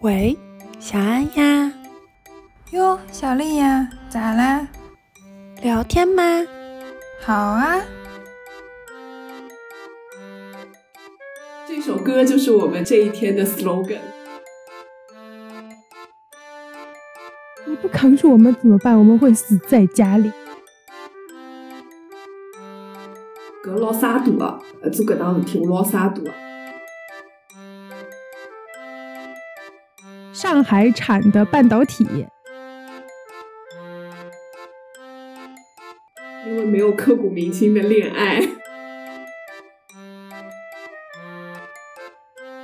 喂，小安呀，哟，小丽呀，咋啦？聊天吗？好啊，这首歌就是我们这一天的 slogan。你不扛住我们怎么办？我们会死在家里。搿老沙大啊，呃做搿档事体我老沙大啊。上海产的半导体，因为没有刻骨铭心的恋爱，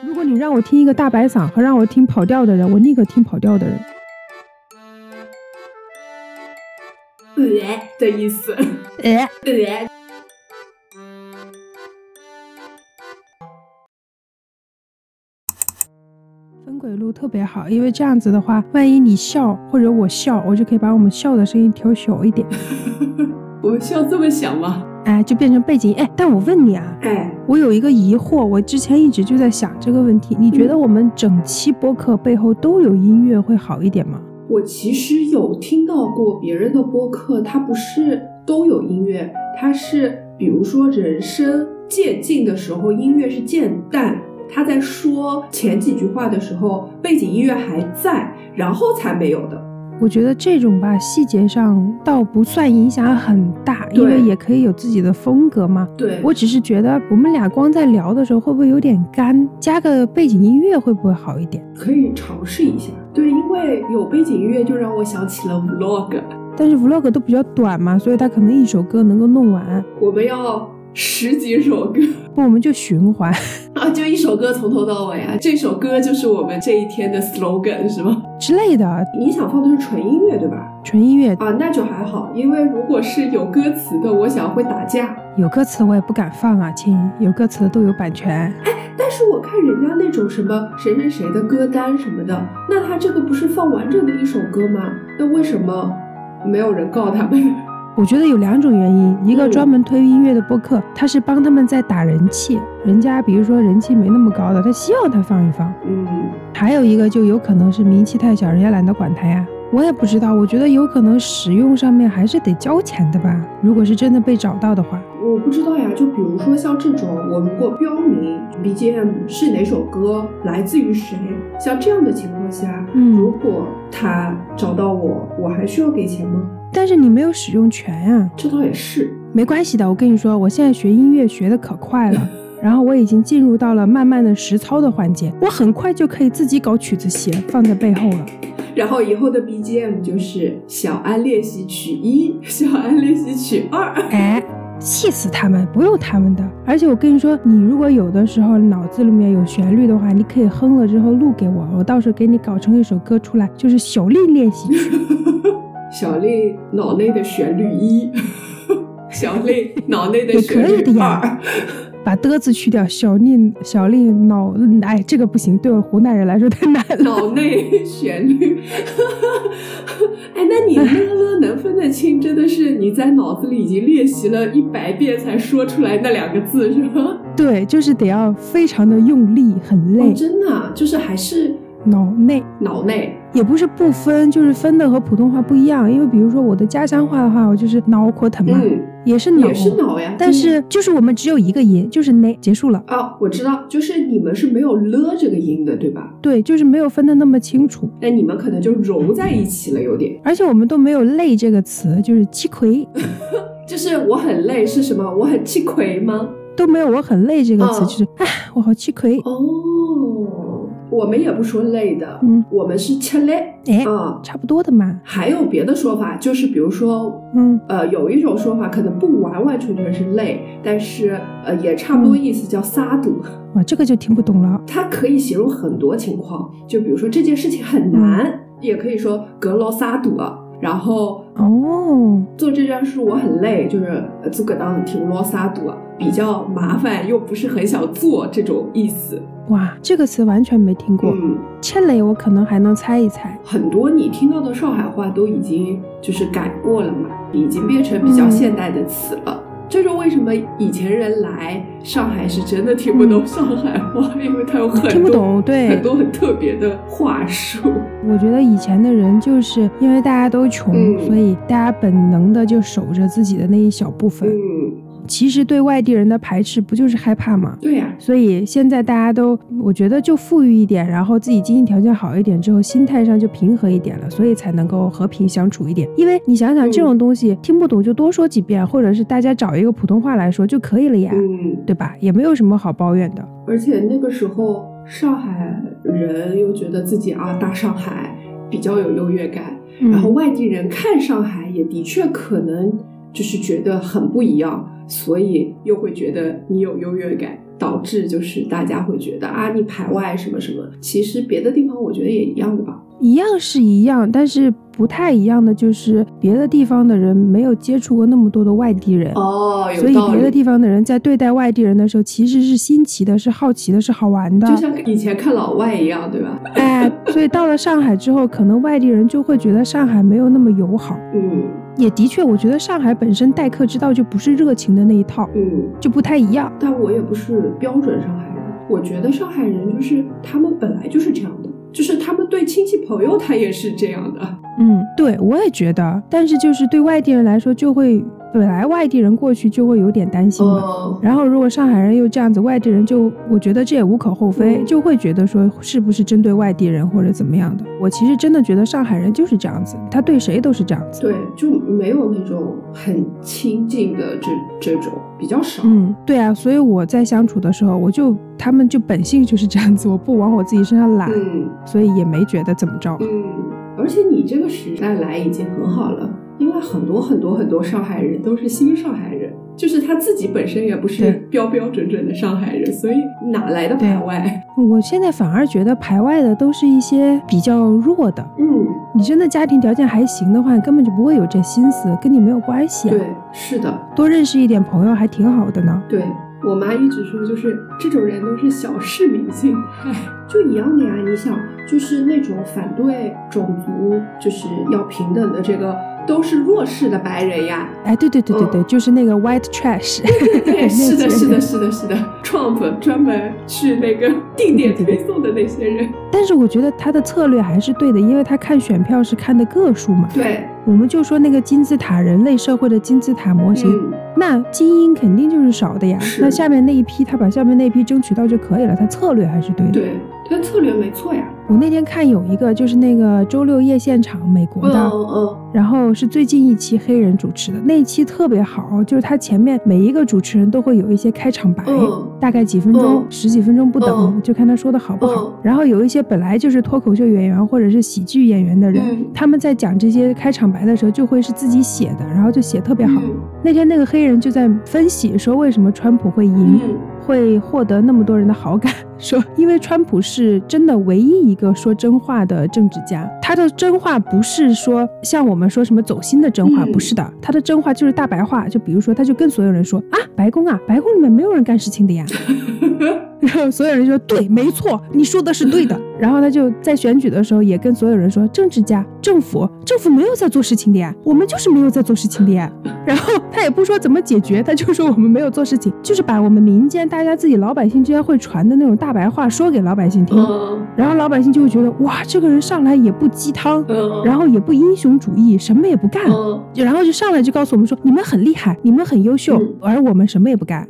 如果你让我听一个大白嗓和让我听跑调的人，我宁可听跑调的人。呃的意思。哎，呃，分轨录特别好，因为这样子的话，万一你笑或者我笑，我就可以把我们笑的声音调小一点，我们需要这么想吗？哎，就变成背景音。哎，但我问你啊，哎，我有一个疑惑，我之前一直就在想这个问题，你觉得我们整期播客背后都有音乐会好一点吗？我其实有听到过别人的播客，它不是都有音乐，它是比如说人声渐进的时候，音乐是渐淡。他在说前几句话的时候，背景音乐还在，然后才没有的。我觉得这种吧，细节上倒不算影响很大，因为对也可以有自己的风格嘛。对，我只是觉得我们俩光在聊的时候会不会有点干？加个背景音乐会不会好一点？可以尝试一下。对，因为有背景音乐就让我想起了 vlog， 但是 vlog 都比较短嘛，所以它可能一首歌能够弄完，我们要十几首歌 不我们就循环。 啊，就一首歌从头到尾啊。这首歌就是我们这一天的 slogan 是吗？之类的，你想放的是纯音乐对吧？纯音乐啊，那就还好，因为如果是有歌词的，我想会打架。有歌词我也不敢放啊，亲，有歌词都有版权。但是我看人家那种什么谁谁谁的歌单什么的，那他这个不是放完整的一首歌吗？那为什么没有人告他们？ 我觉得有两种原因，一个嗯专门推音乐的播客，它是帮他们在打人气，人家比如说人气没那么高的，他希望他放一放；嗯，还有一个就有可能是名气太小，人家懒得管他呀。我也不知道，我觉得有可能使用上面还是得交钱的吧。如果是真的被找到的话，我不知道呀，就比如说像这种，我如果标明 BGM 是哪首歌，来自于谁，像这样的情况下，如嗯，果他找到我，我还需要给钱吗？但是你没有使用权呀、这倒也是，没关系的。我跟你说，我现在学音乐学的可快了，然后我已经进入到了慢慢的实操的环节，我很快就可以自己搞曲子写，放在背后了。然后以后的 BGM 就是小安练习曲一，小安练习曲二。哎，气死他们，不用他们的。而且我跟你说，你如果有的时候脑子里面有旋律的话，你可以哼了之后录给我，我到时候给你搞成一首歌出来，就是小丽 练习曲。小丽脑内的旋律一， 小丽脑内的也可旋以的律呀二。，把的字去掉，小丽小丽脑，哎，这个不行，对我湖南人来说太难 了。脑内旋律，哎，那你乐乐能分得清，真的是你在脑子里已经练习了一百遍才说出来那两个字是吗？对，就是得要非常的用力，很累哦，。真的啊、就是还是脑内脑内也不是不分，就是分的和普通话不一样。因为比如说我的家乡话的话，我就是脑壳疼嘛，嗯，也是脑，也是脑呀，但是就是我们只有一个音，就是呢，结束了。啊、我知道，就是你们是没有了这个音的，对吧？对，就是没有分的那么清楚，那你们可能就融在一起了，有点。而且我们都没有“累”这个词，就是七魁就是我很累是什么？我很气亏吗？都没有“我很累”这个词，嗯就是哎，我好七魁。哦，我们也不说累的，嗯，我们是吃累哎，啊、差不多的嘛。还有别的说法，就是比如说，嗯，呃，有一种说法可能不完完全全是累，但是呃也差不多意思，叫撒赌。哇，这个就听不懂了。它可以形容很多情况，就比如说这件事情很难，也可以说阁楼撒赌啊。然后哦，做这件事我很累，就是呃做个当挺啰撒赌啊，比较麻烦又不是很想做这种意思。哇，这个词完全没听过。嗯，欠累我可能还能猜一猜。很多你听到嗯的上海话都已经就是改过了嘛，已经变成比较现代的词了。这就为什么以前人来上海是真的听不懂上海话，因为它有很多嗯听不懂对很多很特别的话术。我觉得以前的人就是因为大家都穷，嗯所以大家本能的就守着自己的那一小部分。嗯，其实对外地人的排斥，不就是害怕吗？对呀、所以现在大家都，我觉得就富裕一点，然后自己经济条件好一点之后，心态上就平和一点了，所以才能够和平相处一点。因为你想想，嗯这种东西听不懂就多说几遍，或者是大家找一个普通话来说就可以了呀，嗯，对吧？也没有什么好抱怨的。而且那个时候上海人又觉得自己啊大上海比较有优越感，嗯然后外地人看上海也的确可能就是觉得很不一样，所以又会觉得你有优越感，导致就是大家会觉得啊你排外什么什么。其实别的地方我觉得也一样的吧。一样是一样，但是不太一样的就是别的地方的人没有接触过那么多的外地人。哦，所有以道别的理。地方的人在对待外地人的时候，其实是新奇的，是好奇的，是好玩的。就像以前看老外一样，对吧？哎，所以到了上海之后，可能外地人就会觉得上海没有那么友好。嗯也的确，我觉得上海本身待客之道就不是热情的那一套，嗯，就不太一样。但我也不是标准上海人，我觉得上海人就是他们本来就是这样的，就是他们对亲戚朋友他也是这样的。嗯，对，我也觉得。但是就是对外地人来说，就会本来外地人过去就会有点担心嘛。嗯，然后，如果上海人又这样子，外地人就我觉得这也无可厚非，嗯就会觉得说是不是针对外地人或者怎么样的。我其实真的觉得上海人就是这样子，他对谁都是这样子。对，就没有那种很亲近的这这种，比较少。嗯，对啊，所以我在相处的时候，我就他们就本性就是这样子，我不往我自己身上揽，嗯所以也没觉得怎么着。嗯，而且你这个时代来已经很好了，因为很多很多很多上海人都是新上海人，就是他自己本身也不是对标标准准的上海人，所以哪来的排外？我现在反而觉得排外的都是一些比较弱的，嗯，你真的家庭条件还行的话，根本就不会有这心思，跟你没有关系、啊。对，是的，多认识一点朋友还挺好的呢。对。我妈一直说，就是这种人都是小市民心态，哎就一样的呀。你想，就是那种反对种族就是要平等的这个，都是弱势的白人 呀。哎，对对对对对，嗯就是那个 white trash， 对，是的，那些是的，人是的，是的，Trump 专门去那个定点推送的那些人，但是我觉得他的策略还是对的，因为他看选票是看的个数嘛。对，我们就说那个金字塔人类社会的金字塔模型，嗯，那精英肯定就是少的呀。是那下面那一批，他把下面那一批争取到就可以了，他策略还是对的。对，他策略没错呀，我那天看有一个就是那个周六夜现场，美国嗯的，嗯然后是最近一期黑人主持的那一期特别好，就是他前面每一个主持人都会有一些开场白。嗯大概几分钟、嗯十几分钟不等，嗯就看他说的好不好。嗯然后有一些本来就是脱口秀演员或者是喜剧演员的人，嗯他们在讲这些开场白的时候，就会是自己写的，然后就写特别好。嗯那天那个黑人就在分析说，为什么川普会赢，嗯，会获得那么多人的好感？ 说因为川普是真的唯一一个说真话的政治家，他的真话不是说像我们说什么走心的真话，嗯不是的，他的真话就是大白话。就比如说，他就跟所有人说啊，白宫啊，白宫里面没有人干事情的呀。然后 所有人就说对，没错，你说的是对 的。然后他就在选举的时候也跟所有人说，政治家、政府、政府没有在做事情的呀，我们就是没有在做事情 的呀。然后他也不说怎么解决，他就说我们没有做事情，就是把我们民间大家自己老百姓之间会传的那种大白话说给老百姓听，嗯然后老百姓就会觉得哇，这个人上来也不鸡汤，嗯，然后后也不英雄主义，什么也不干。嗯然后就上来就告诉我们说，你们很厉害，你们很优秀，嗯而我们什么也不 干，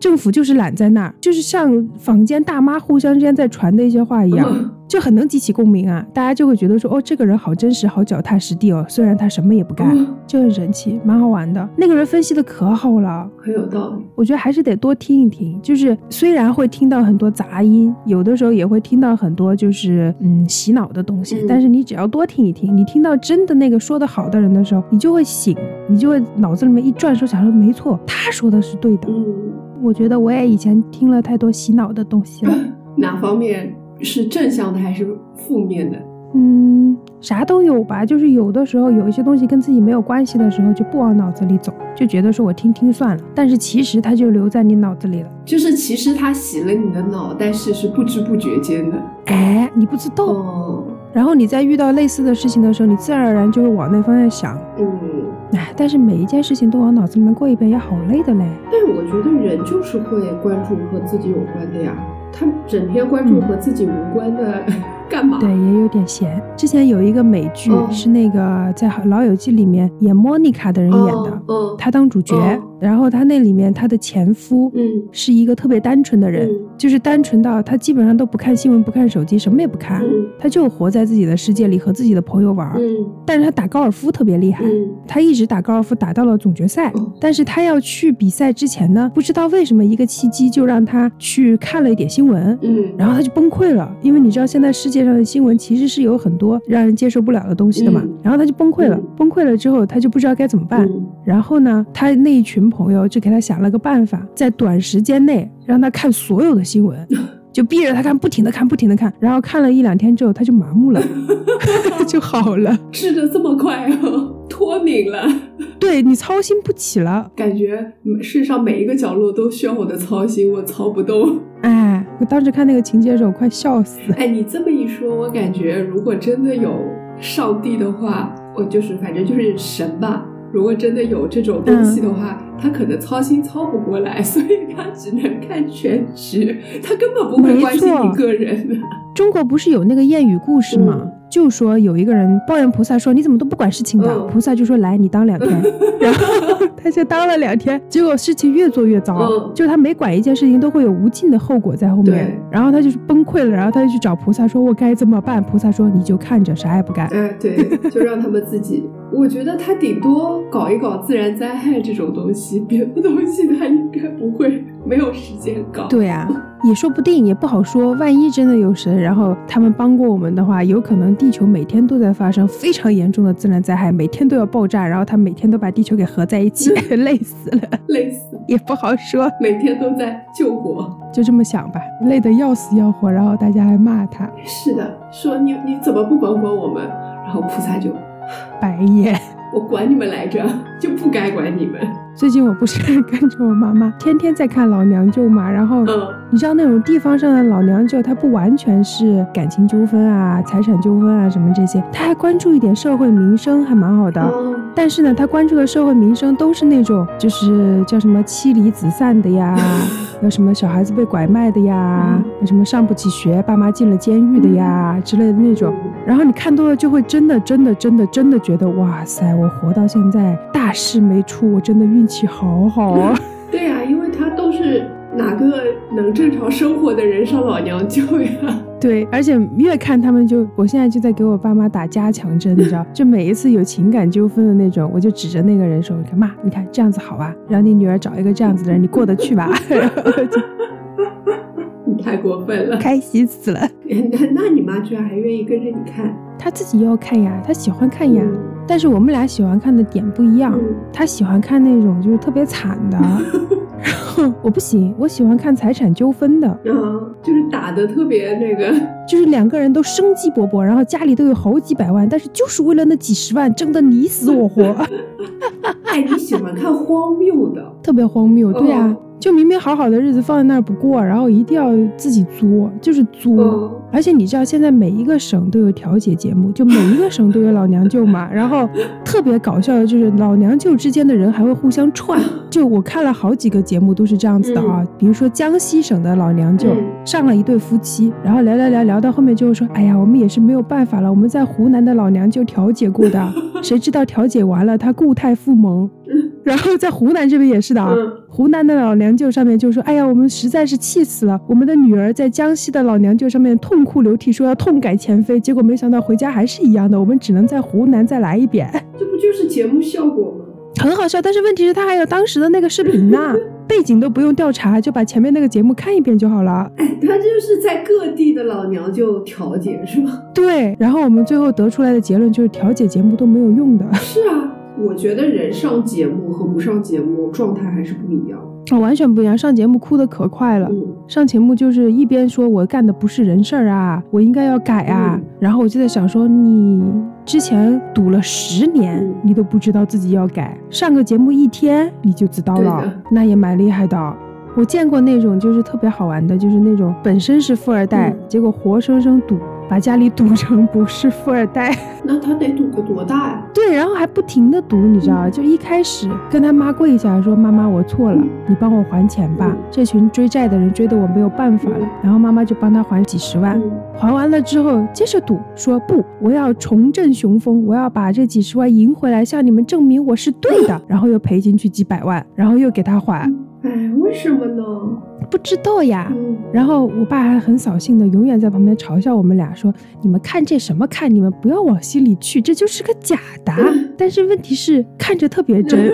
政府就是懒在那儿，就是像坊间大妈互相之间在传的一些话一样，嗯就很能激起共鸣啊，大家就会觉得说，哦，这个人好真实，好脚踏实地哦，虽然他什么也不干，嗯就很神奇，蛮好玩的。那个人分析的可好了。很有道理，我觉得还是得多听一听，就是虽然会听到很多杂音，有的时候也会听到很多就是嗯洗脑的东西，嗯但是你只要多听一听，你听到真的那个说的好的人的时候，你就会醒，你就会脑子里面一转，说想说没错，他说的是对的。嗯，我觉得我也以前听了太多洗脑的东 西了，哪方面是正向的还是负面的？嗯，啥都有吧，就是有的时候有一些东西跟自己没有关系的时候，就不往脑子里走，就觉得说我听听算了，但是其实它就留在你脑子里了。就是其实他洗了你的脑，但是是不知不觉间的，哎，你不知道，哦，然后你在遇到类似的事情的时候，你自然而然就会往那方向想。嗯哎，但是每一件事情都往脑子里面过一遍也好累的嘞。但是我觉得人就是会关注和自己有关的呀，他整天关注嗯和自己无关的，嗯 干嘛？对，也有点闲。之前有一个美剧、哦是那个在《老友记》里面演莫妮卡的人演的，嗯嗯她当主角。哦然后她那里面她的前夫嗯是一个特别单纯的人，嗯就是单纯到他基本上都不看新闻、不看手机，什么也不看，嗯他就活在自己的世界里和自己的朋友玩儿。嗯但是他打高尔夫特别厉害，嗯他一直打高尔夫打到了总决赛哦，但是他要去比赛之前呢，不知道为什么一个契机就让他去看了一点新闻。嗯，然后他就崩溃了，因为你知道现在世界上的新闻其实是有很多让人接受不了的东西的嘛。嗯然后他就崩溃了嗯，崩溃了之后他就不知道该怎么办。嗯然后呢，他那一群朋友就给他想了个办法，在短时间内让他看所有的新闻，嗯就逼着他看，不停的看，不停的看。然后看了一两天之后，他就麻木了， 就好了。治的这么快 啊，脱敏了，对你操心不起了。感觉世上每一个角落都需要我的操心，我操不动。哎，我当时看那个情节的时候，我快笑死。 哎，你这么一说，我感觉如果真的有上帝的话，我就是反正就是神吧。如果真的有这种东西的嗯话，他可能操心操不过来， 所以他只能看全局，他根本不会没关心错你个人的。 中国不是有那个谚语故事吗？嗯就说有一个人抱怨菩萨说：“你怎么都不管事情的？”嗯菩萨就说：“来，你当两天。” 然后他就当了两天，结果事情越做越糟，嗯就他每管一件事情都会有无尽的后果在后面对。然后他就是崩溃了，然后他就去找菩萨说：“我该怎么办？”菩萨说：“你就看着，啥也不干。哎，对，就让他们自己。我觉得他顶多搞一搞自然灾害这种东西，别的东西他应该不会没有时间搞。对呀、也说不定，也不好说。万一真的有神，然后他们帮过我们的话，有可能地球每天都在发生非常严重的自然灾害，每天都要爆炸，然后他每天都把地球给合在一起，累死了，累死，也不好说。每天都在救火。就这么想吧，累得要死要活，然后大家还骂他是的，说你你怎么不管管我们？然后菩萨就白眼。 我管你们来着，就不该管你们。最近我不是跟着我妈妈天天在看《老娘舅》嘛，然后嗯你知道那种地方上的老娘舅，他不完全是感情纠纷啊、财产纠纷啊什么这些，他还关注一点社会民生，还蛮好的。嗯但是呢，他关注的社会民生都是那种，就是叫什么妻离子散的呀，有什么小孩子被拐卖的呀嗯，有什么上不起学，爸妈进了监狱的呀之类的那种。然后你看多了，就会真的、真的、真的、真的觉得，哇塞，我活到现在大事没出，我真的运气好好啊！对呀、因为他都是哪个能正常生活的人上老娘舅呀？ 对，而且越看他们就，我现在就在给我爸妈打加强针，你知道，就每一次有情感纠纷的那种，我就指着那个人说：“你看妈，你看这样子好吧，让你女儿找一个这样子的人，你过得去吧？”然后就你太过分了！哎开心死了。那那你妈居然还愿意跟着你看他自己要看呀，他喜欢看哎呀，啊但是我们俩喜欢看的点不一样，嗯他喜欢看那种就是特别惨的，然后我不行，我喜欢看财产纠纷的，嗯，就是打的特别那个， 就是两个人都生机勃勃，然后家里都有好几百万，但是就是为了那几十万争得你死我活。哎，你喜欢看荒谬的，特别荒谬，对呀、嗯就明明好好的日子放在那儿不过，然后一定要自己作，就是作。嗯而且你知道，现在每一个省都有调解节目，就每一个省都有老娘舅嘛。然后特别搞笑的就是，老娘舅之间的人还会互 相串。就我看了好几个节目都是这样子的啊，比如说江西省的老娘舅、嗯上了一对夫妻，然后聊聊聊聊到后面就会说，哎呀，我们也是没有办法了，我们在湖南的老娘舅调解过 的，谁知道调解完了他固态复萌，然后在湖南这边也是的啊。嗯，湖南的老娘舅上面就说：“哎呀，我们实在是气死了，我们的女儿在江西的老娘舅上面痛哭流涕，说要痛改前非，结果没想到回家还是一样的，我们只能在湖南再来一遍，这不就是节目效果吗？ 很好笑。但是问题是，他还有当时的那个视频呢，背景都不用调查，就把前面那个节目看一遍就好了。哎，他就是在各地的老娘舅调解是吗？对，然后我们最后得出来的结论就是调解节目都没有用的， 是啊，我觉得人上节目和不上节目状态还是不一样。完全不一样。上节目哭的可快了。”嗯，上节目就是一边说我干的不是人事儿啊，我应该要改啊，嗯然后我就在想说你之前赌了十年嗯，你都不知道自己要改，上个节目一天你就知道了对的，那也蛮厉害的。我见过那种就是特别好玩的，就是那种本身是富二代，嗯结果活生生赌，把家里赌成不是富二代。那他得赌个多大呀、对对，然后还不停的读，你知道吧？就一开始跟他妈跪下说：“妈妈，我错了嗯，你帮我还钱嗯。”吧这群追债的人追得我没有办法了，然后妈妈就帮他还几十万。嗯还完了之后，接着赌说不，我要重振雄风，我要把这几十万赢回来，向你们证明我是对的。然后又赔进去几百万，然后又给他还，哎，为什么呢？不知道呀。嗯，然后我爸还很扫兴的，永远在旁边嘲笑我们俩说：“你们看这什么看？你们不要往心里去，这就是个假答。嗯”但是问题是看着特别真，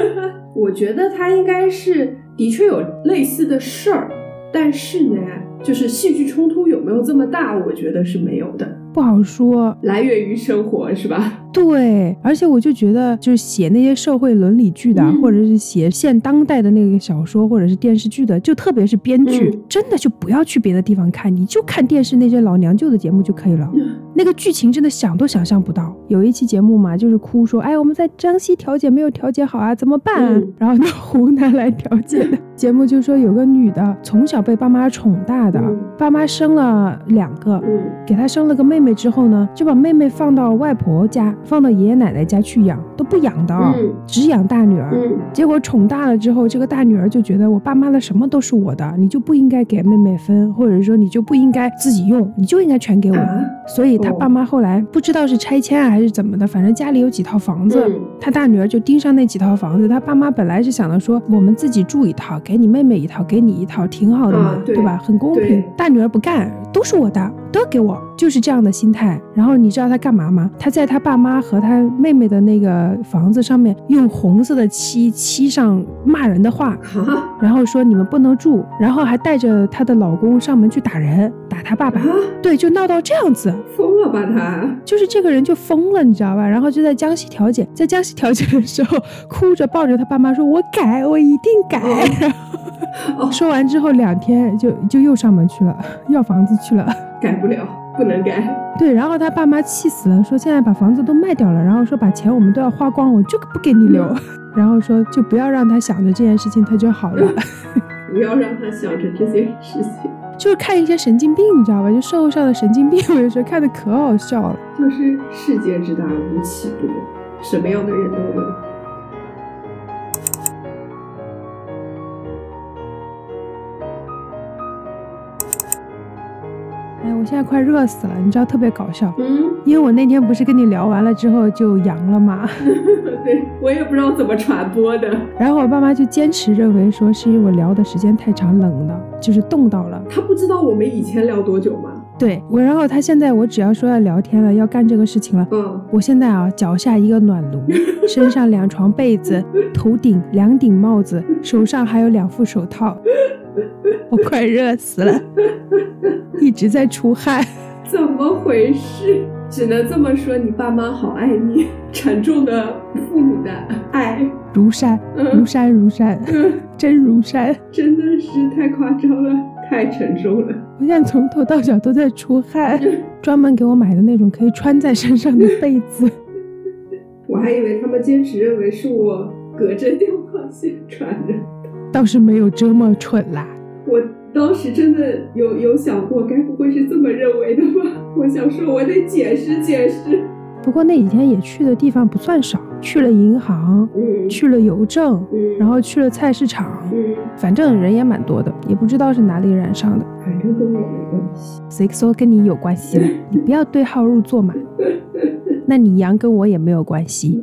我觉得他应该是的确有类似的事儿，但是呢，就是戏剧冲突有没有这么大，我觉得是没有的，不好说。来源于生活是 吧？对，而且我就觉得，就是写那些社会伦理剧的，嗯或者是写现当代的那个小说或者是电视剧的，就特别是编剧，嗯真的就不要去别的地方看，你就看电视那些老娘舅的节目就可以了。嗯那个剧情真的想都想象不到。有一期节目嘛，就是哭说，哎，我们在江西调解没有调解好啊，怎么办、啊？嗯然后到湖南来调解的 节目就说有个女的从小被爸妈宠大的，嗯爸妈生了两个，嗯给他生了个妹妹之后呢，就把妹妹放到外婆家，放到爷爷奶奶家去养，都不养的、哦，嗯只养大女儿。嗯结果宠大了之后，这个大女儿就觉得我爸妈的什么都是我的，你就不应该给妹妹分，或者说你就不应该自己用，你就应该全给我。啊，所以哦他爸妈后来不知道是拆迁啊还是怎么的，反正家里有几套房子，嗯他大女儿就盯上那几套房子。他爸妈本来是想着说，我们自己住一套，给你妹妹一套，给你一套，挺好的嘛，啊对吧？很公平对。大女儿不干，都是我的，都要给我，就是这样的心态。然后你知道他干嘛吗？他在他爸妈和他妹妹的那个房子上面用红色的漆漆上骂人的话，啊然后说你们不能住，然后还带着她的老公上门去打人，打她爸爸。啊，嗯对，就闹到这样子，疯了吧他？就是这个人就疯了，你知道吧？然后就在江西调解，在江西调解的时候，哭着抱着他爸妈说：“我改，我一定改。哦 然后哦，说完之后，两天就就又上门去了，要房子去了。改不了，不能改。对，然后他爸妈气死了，说现在把房子都卖掉了，然后说把钱我们都要花光，我就不给你留。嗯 然后说就不要让他想着这件事情，他就好 了。不要让他想着这些事情，就是看一些神经病，你知道吧？就社会上的神经病，我有时候看的可好笑了。就是世界之大无奇不有，什么样的人都有。哎，我现在快热死了，你知道特别搞笑。嗯，因为我那天不是跟你聊完了之后就阳了嘛， 对 我也不知道怎么传播的。然后我爸妈就坚持认为说是因为我聊的时间太长，冷的，就是冻到了。他不知道我们以前聊多久吗？对我，然后他现在我只要说要聊天了，要干这个事情了，嗯，我现在啊脚下一个暖炉，身上两床被子，头顶两顶帽子，手上还有两副手套，我快热死了，一直在出汗。怎么回事？只能这么说，你爸妈好爱你， 沉重的父母的爱，如山，如嗯山，如山，嗯，真如山。真的是太夸张了，太沉重了。我现在从头到脚都在出汗，专门给我买的那种可以穿在身上的被子。我还以为他们坚持认为是我隔着电话线传的，倒是没有这么蠢啦。我当时真的有有想过，该不会是这么认为的吧？ 我想说，我得解释解释。不过那几天也去的地方不算少，去了银行，嗯，去了邮政，嗯，然后去了菜市场，嗯，反正人也蛮多的，也不知道是哪里染上的，反正跟我没关系。所以说跟你有关系了。你不要对号入座嘛。那你阳跟我也没有关系，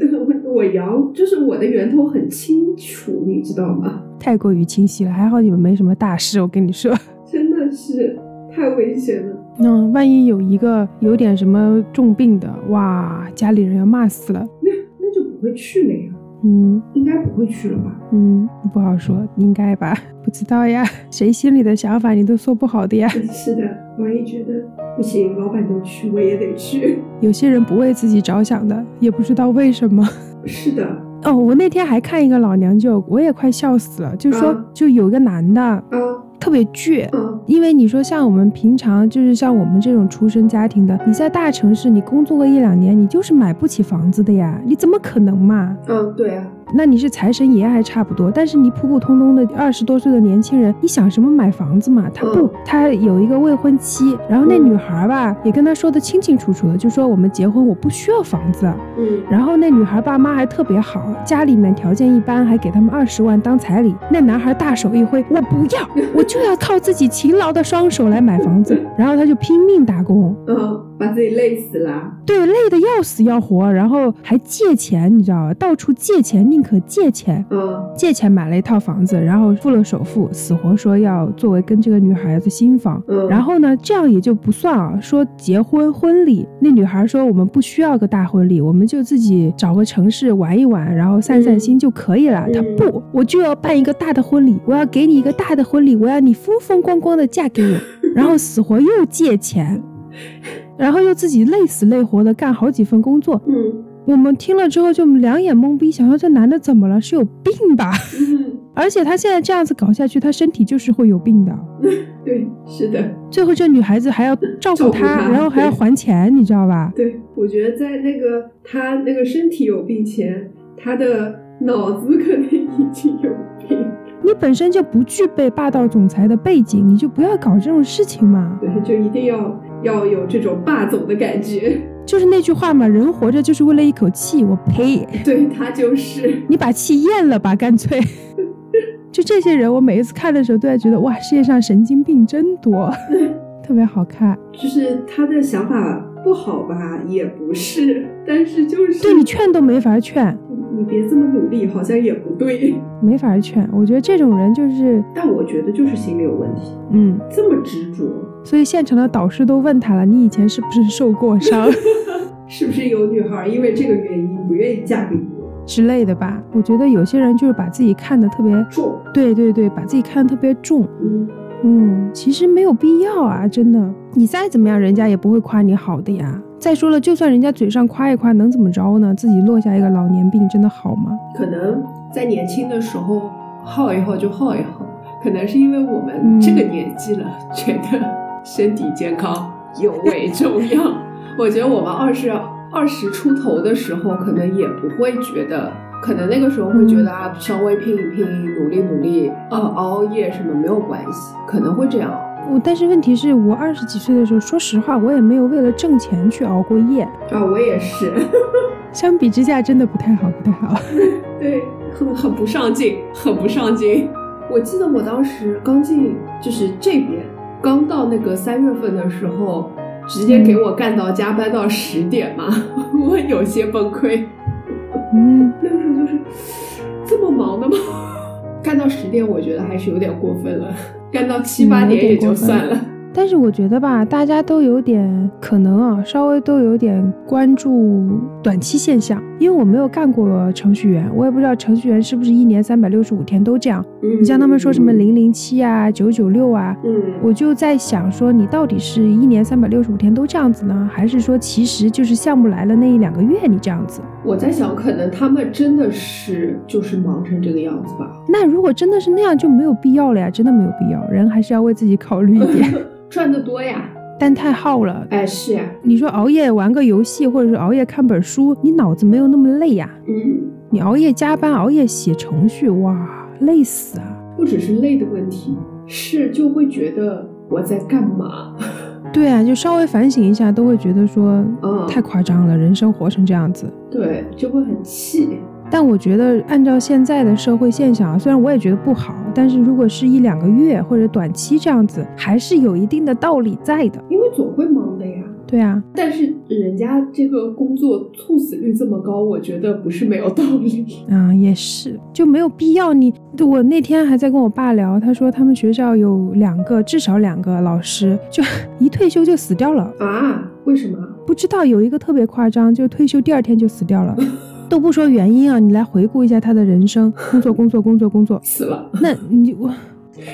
我 我阳，就是我的源头很清楚，你知道吗？太过于清晰了。还好你们没什么大事，我跟你说。真的是太危险了。那、万一有一个有点什么重病的，哇，家里人要骂死了。那那就不会去了呀，嗯应该不会去了吧？嗯，不好说，应该吧？ 不知道呀，谁心里的想法你都说不好的呀。是的，万一觉得不行，老板都去，我也得去。有些人不为自己着想的，也不知道为什么。是的，哦，我那天还看一个老娘舅，我也快笑死了。就说嗯，就有个男的，啊，特别倔。嗯因为你说像我们平常就是像我们这种出身家庭的，你在大城市你工作个一两年，你就是买不起房子的呀，你怎么可能嘛？嗯，对啊，那你是财神爷还差不多，但是你普普通通的二十多岁的年轻人，你想什么买房子嘛？他不嗯，他有一个未婚妻，然后那嗯女孩吧也跟他说的清清楚楚的，就说我们结婚我不需要房子，嗯然后那女孩爸妈还特别好，家里面条件一般，还给他们二十万当彩礼。那男孩大手一挥，我不 要，我就要靠自己勤劳的双手来买房子。然后他就拼命打工，嗯，把自己累死了。对，累得要死要活，然后还借钱，你知道吧？到处借钱，宁可借钱。嗯借钱买了一套房子，然后付了首付，死活说要作为跟这个女孩子新房。嗯，然后呢，这样也就不算啊。说结婚婚礼，那女孩说我们不需要个大婚礼，我们就自己找个城市玩一玩，然后散散心就可以了。嗯她不，我就要办一个大的婚礼，我要给你一个大的婚礼，我要你风风光光的嫁给我，然后死活又借钱。然后又自己累死累活的干好几份工作，嗯我们听了之后就两眼懵逼，想说这男的怎么了？是有病吧？嗯，而且他现在这样子搞下去，他身体就是会有病的。对，是的。最后这女孩子还要照顾照顾他，他然后还要对还钱，你知道吧？对，我觉得在那个他那个身体有病前，他的脑子可能已经有病，你本身就不具备霸道总裁的背景，你就不要搞这种事情嘛。对，就一定要要有这种霸总的感觉。 就是那句话嘛，人活着就是为了一口气，我呸！对他就是，你把气咽了吧，干 脆。就这些人，我每一次看的时候都在觉得，哇，世界上神经病真 多，特别好看。就是他的想法不好吧，也不是，但是就是对你劝都没法劝，你别这么努力，好像也不对。没法劝。我觉得这种人就是，但我觉得就是心理有问题，嗯，这么执着，所以现场的导师都问他了，你以前是不是受过伤是不是有女孩因为这个原因不愿意嫁给你？之类的吧？我觉得有些人就是把自己看得特别重，对对对，把自己看得特别重，嗯嗯，其实没有必要啊，真的。你再怎么样，人家也不会夸你好的呀。再说了，就算人家嘴上夸一夸，能怎么着呢？自己落下一个老年病，真的好吗？可能在年轻的时候耗一耗就耗一耗，可能是因为我嗯们这个年纪了，觉得身体健康尤为重要。我觉得我们二十 二十出头的时候，可能也不会觉得。可能那个时候会觉得啊，稍微拼一拼，努力努力，啊，熬夜什么没有关系，可能会这样。我哦但是问题是我二十几岁的时候，说实话，我也没有为了挣钱去熬过夜。啊，我也是，相比之下，真的不太好，不太好。对，很很不上进，很不上进。我记得我当时刚进，就是这边刚到那个三月份的时候，直接嗯给我干到加班到十点嘛， 我有些崩溃。嗯，那个时候就是这么忙的吗？干到十点，我觉得还是有点过分了。干到七八嗯有点点也就过分算了。但是我觉得吧，大家都有点可能啊，稍微都有点关注短期现象，因为我没有干过程序员，我也不知道程序员是不是一年三百六十五天都这样。嗯，你像他们说什么零零七啊、九九六啊，嗯，我就在想说，你到底是一年三百六十五天都这样子呢，还是说其实就是项目来了那一两个月你这样子？我在想，可能他们真的是就是忙成这个样子吧。那如果真的是那样，就没有必要了呀，真的没有必要，人还是要为自己考虑一 点，赚得多呀，但太耗了。哎，是呀，你说熬夜玩个游戏，或者是熬夜看本书，你脑子没有那么累呀、嗯。你熬夜加班，熬夜写程序，哇，累死啊！不只是累的问题，是就会觉得我在干嘛？对啊，就稍微反省一下，都会觉得说嗯，太夸张了，人生活成这样子。对，就会很气。但我觉得，按照现在的社会现象啊，虽然我也觉得不好，但是如果是一两个月或者短期这样子，还是有一定的道理在的。因为总会忙的呀。对啊，但是人家这个工作猝死率这么高，我觉得不是没有道理。 嗯，也是，就没有必要你。我那天还在跟我爸聊，他说他们学校有两个，至少两个老师，就一退休就死掉了。啊？为什么？不知道有一个特别夸张，就退休第二天就死掉了，都不说原因啊，你来回顾一下他的人生，工作，工作，工作，工作。死了那你我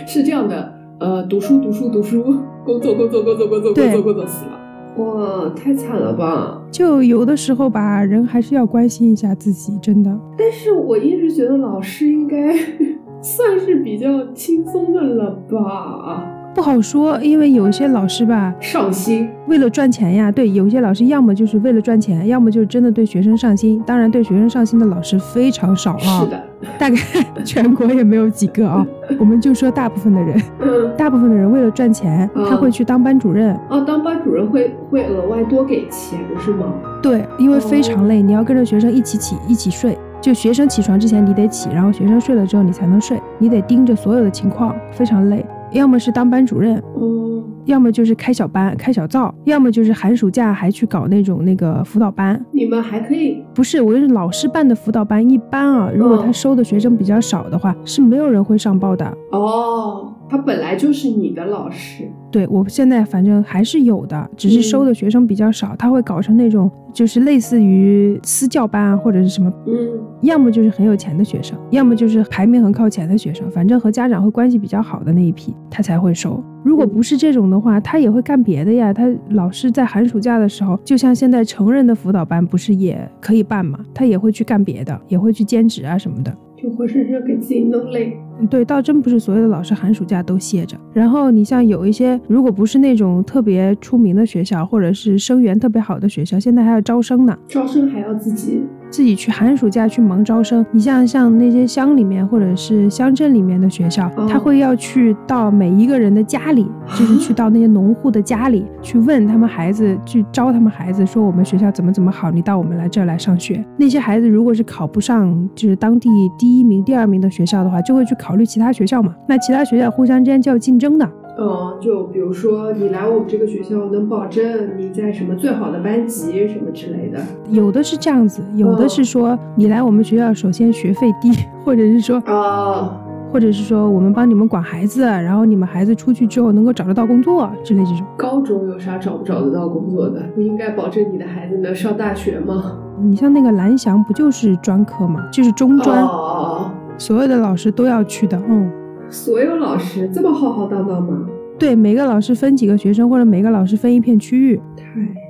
是这样的，呃，读书读书读书，工作工作工作工作工对作工作死了。哇，太惨了吧！就有的时候吧，人还是要关心一下自己，真的。但是我一直觉得老师应该 算是比较轻松的了吧？不好说，因为有些老师吧，上心，为了赚钱呀，对，有些老师要么就是为了赚钱，要么就是真的对学生上心。当然，对学生上心的老师非常少啊是，的，大概 全国也没有几 个啊。我们就说大部分的人，嗯，大部分的人为了赚钱，嗯他会去当班主任，哦，当班主任会会额外多给钱是吗？对，因为非哦常累，你要跟着学生一起起，一起睡。就学生起床之前你得起，然后学生睡了之后你才能睡，你得盯着所有的情况，非常累。要么是当班主任，哦，要么就是开小班、开小灶，要么就是寒暑假还去搞那种那个辅导班。你们还可以，不是，我就是老师办的辅导班，一般啊，如果他嗯收的学生比较少的话，是没有人会上报的。哦，他本来就是你的老师，对我现在反正还是有的，只是收的学生比较少，他会搞成那种就是类似于私教班啊，或者是什么嗯，要么就是很有钱的学生，要么就是排名很靠前的学生，反正和家长会关系比较好的那一批，他才会收。如果不是这种的话，他也会干别的呀。他老师在寒暑假的时候，就像现在成人的辅导班，不是也可以办嘛？他也会去干别的，也会去兼职啊什么的。就活生生给自己弄累，对，倒真不是所有的老师寒暑假都歇着。然后你像有一些，如果不是那种特别出名的学校，或者是生源特别好的学校，现在还要招生呢。招生还要自己，自己去寒暑假去忙招生。你像像那些乡里面或者是乡镇里面的学校，嗯他会要去到每一个人的家里，就是去到那些农户的家里去问他们孩子，去招他们孩子，说我们学校怎么怎么好，你到我们来这儿来上学。那些孩子如果是考不上就是当地第一名、第二名的学校的话，就会去考虑其他学校嘛。那其他学校互相之间就要竞争的。嗯，就比如说你来我们这个学校，能保证你在什么最好的班级什么之类的，有的是这样子，有的是说你来我们学校，首先学费低，或者是说啊，或者是说我们帮你们管孩子，然后你们孩子出去之后能够找得到工作之类这种。高中有啥找不找得到工作的？不应该保证你的孩子能上大学吗？你像那个蓝翔不就是专科嘛，就是中专，哦，所有的老师都要去的。嗯，所有老师这么浩浩荡荡吗？对，每个老师分几个学生，或者每个老师分一片区域，太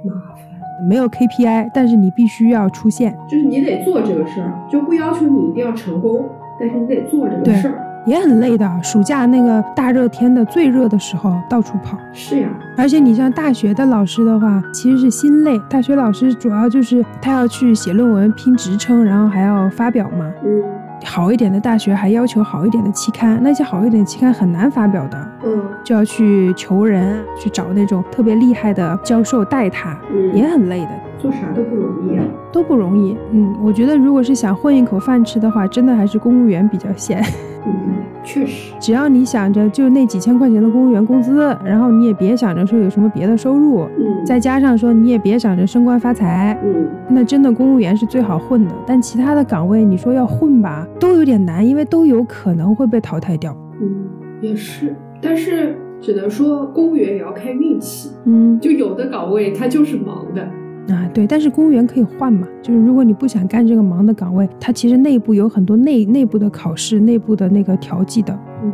麻烦，没有 KPI，但是你必须要出现。就是你得做这个事儿，就不要求你一定要成功，但是你得做这个对事儿。也很累的，暑假那个大热天的最热的时候到处跑，是呀，而且你像大学的老师的话，其实是心累。大学老师主要就是他要去写论文、拼职称，然后还要发表嘛，嗯好一点的大学还要求好一点的期刊，那些好一点的期刊很难发表的，嗯就要去求人，去找那种特别厉害的教授带他，嗯，也很累的，做啥都不容易啊。都不容易。嗯，我觉得如果是想混一口饭吃的话，真的还是公务员比较闲。嗯，确实，只要你想着就那几千块钱的公务员工资，然后你也别想着说有什么别的收入，嗯，再加上说你也别想着升官发财，嗯那真的公务员是最好混的。但其他的岗位，你说要混吧，都有点难，因为都有可能会被淘汰掉。嗯也是，但是只能说公务员也要看运气，嗯就有的岗位它就是忙的。啊，对，但是公务员可以换嘛，就是如果你不想干这个忙的岗位，它其实内部有很多内内部的考试、内部的那个调剂的，嗯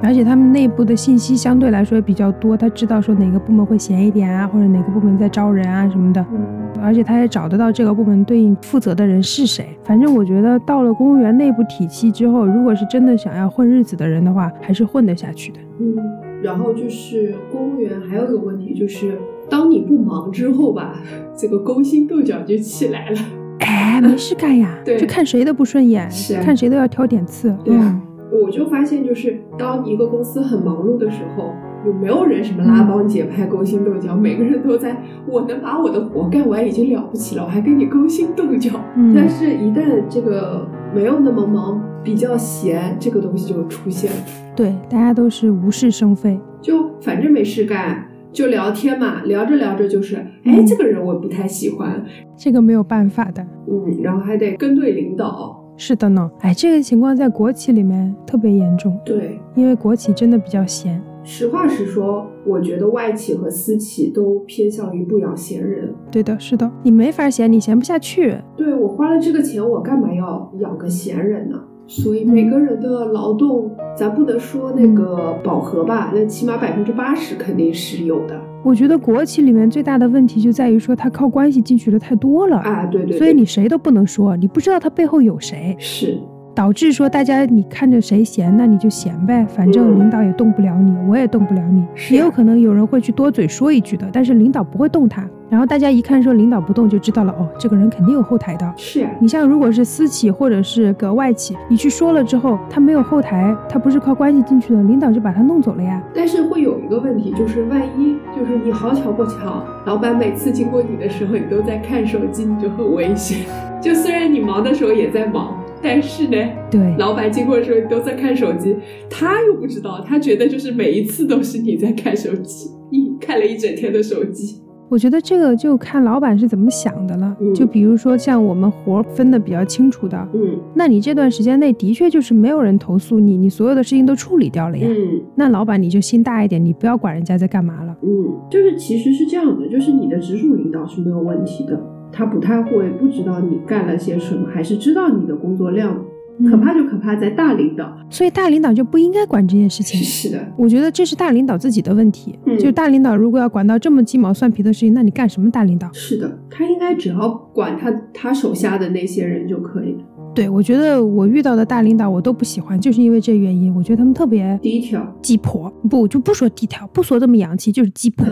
而且他们内部的信息相对来说也比较多，他知道说哪个部门会闲一点啊，或者哪个部门在招人啊什么的，嗯而且他也找得到这个部门对应负责的人是谁。反正我觉得到了公务员内部体系之后，如果是真的想要混日子的人的话，还是混得下去的。嗯，然后就是公务员还有一个问题就是，当你不忙之后吧，这个勾心斗角就起来了。哎，没事干呀，对就看谁都不顺眼是，啊看谁都要挑点刺。对啊嗯我就发现，就是当一个公司很忙碌的时候，有没有人什么拉帮结派、勾心斗角？每个人都在，我能把我的活干完已经了不起了，我还跟你勾心斗角。嗯但是，一旦这个没有那么忙，比较闲，这个东西就出现了，对，大家都是无事生非。就反正没事干。就聊天嘛，聊着聊着就是，哎，嗯这个人我不太喜欢，这个没有办法的。嗯，然后还得跟对领导，是的呢，哎，这个情况在国企里面特别严重，对，因为国企真的比较闲。实话实说，我觉得外企和私企都偏向于不养闲人，对的，是的，你没法闲，你闲不下去。对我花了这个钱，我干嘛要养个闲人呢？所以每个人的劳动，咱不能说那个饱和吧，那起码百分之八十肯定是有的我觉得国企里面最大的问题就在于说，他靠关系进去的太多了，啊。对对对，所以你谁都不能说，你不知道他背后有谁。是导致说大家你看着谁闲，那你就闲呗，反正嗯领导也动不了你，我也动不了你。是也有可能有人会去多嘴说一句的，但是领导不会动他。然后大家一看说领导不动，就知道了哦，这个人肯定有后台的。是呀、你像如果是私企或者是个外企，你去说了之后，他没有后台，他不是靠关系进去的，领导就把他弄走了呀。但是会有一个问题，就是万一就是你好巧不巧，老板每次经过你的时候，你都在看手机，你就很危险。就虽然你忙的时候也在忙，但是呢，对，老板经过的时候你都在看手机，他又不知道，他觉得就是每一次都是你在看手机， 你看了一整天的手机。我觉得这个就看老板是怎么想的了嗯。就比如说像我们活儿分的比较清楚的，嗯那你这段时间内的确就是没有人投诉你，你所有的事情都处理掉了呀。嗯那老板你就心大一点，你不要管人家在干嘛了。嗯，就是其实是这样的，就是你的直属领导是没有问题的，他不太会不知道你干了些什么，还是知道你的工作量。可怕就可怕在大领导。所以大领导就不应该管这件事情。是的，我觉得这是大领导自己的问题。嗯就大领导如果要管到这么鸡毛蒜皮的事情，那你干什么大领导？是的，他应该只要管他他手下的那些人就可以了。对我觉得我遇到的大领导我都不喜欢，就是因为这原因。我觉得他们特别第一条，鸡婆，不我就不说低调，不说这么洋气，就是鸡婆。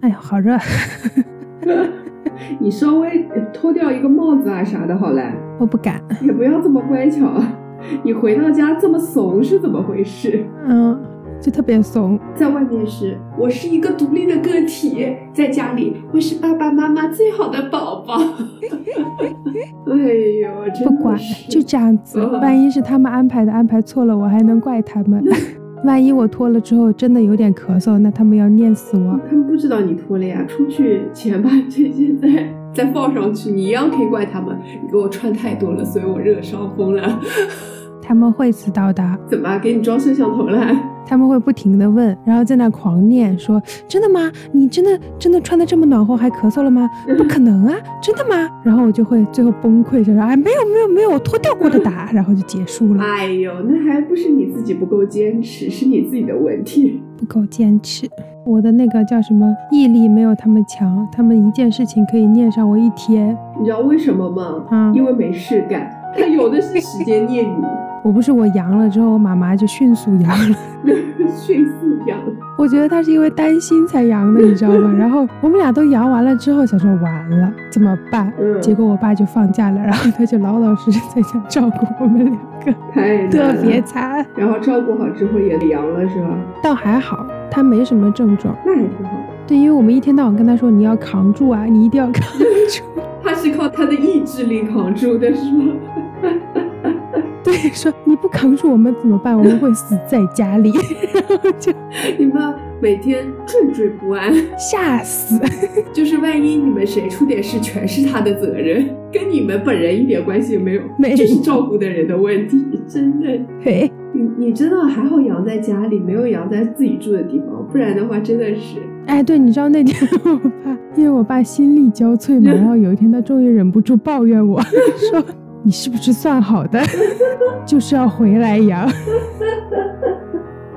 哎呀，好热！ 你稍微脱掉一个帽子啊啥的，好嘞，我不敢。也不要这么乖巧啊。你回到家这么怂是怎么回事？嗯，就特别怂。在外面是我是一个独立的个体，在家里我是爸爸妈妈最好的宝 宝。哎呦，真不管的了是就这样子。嗯万一是他们安排的，安排错了，我还能怪他们。 万一我脱了之后真的有点咳嗽，那他们要念死我。他们不知道你脱了呀，出去前把这现在再放上去，你一样可以怪他们。你给我穿太多了，所以我热伤风了。 他们会知道的，怎么啊给你装摄像头了？啊他们会不停的问，然后在那狂念说：“真的吗？你真的真的穿的这么暖和还咳嗽了吗？不可能啊，真的吗？”然后我就会最后崩溃，就说：“哎，没有没有没有，我脱掉过的打。”然后就结束了，哎呦，那还不是你自己不够坚持，是你自己的问题。不够坚持。我的那个叫什么毅力没有他们强，他们一件事情可以念上我一天。你知道为什么吗？嗯因为没事干，他有的是时间念 我不是我阳了之后，我妈妈就迅速阳了。 你，迅速养。我觉得她是因为担心才阳的，你知道吗？然后我们俩都阳完了之后，想说完了怎么办？嗯，结果我爸就放假了，然后他就老老实实在家照顾我们两个，太难特了别。惨。然后照顾好之后也阳了是吧？倒还好，他没什么症状。那还挺好的。对，因为我们一天到晚跟他说你要扛住啊，你一定要扛 住。他是靠他的意志力扛住的是吗？对，说你不扛住我们怎么办？我们会死在家里， 然后就 你们每天惴惴不安， 吓死。 就是万一你们谁出点事，全是他的责任，跟你们本人一点关系也没有，没有这是照顾的人的问题，真的。嘿，你你真的还好养在家里，没有养在自己住的地方，不然的话真的是，哎，对，你知道那天我爸，因为我爸心力交瘁嘛，然后有一天他终于忍不住抱怨我 说：“你是不是算好的， 就是要回来养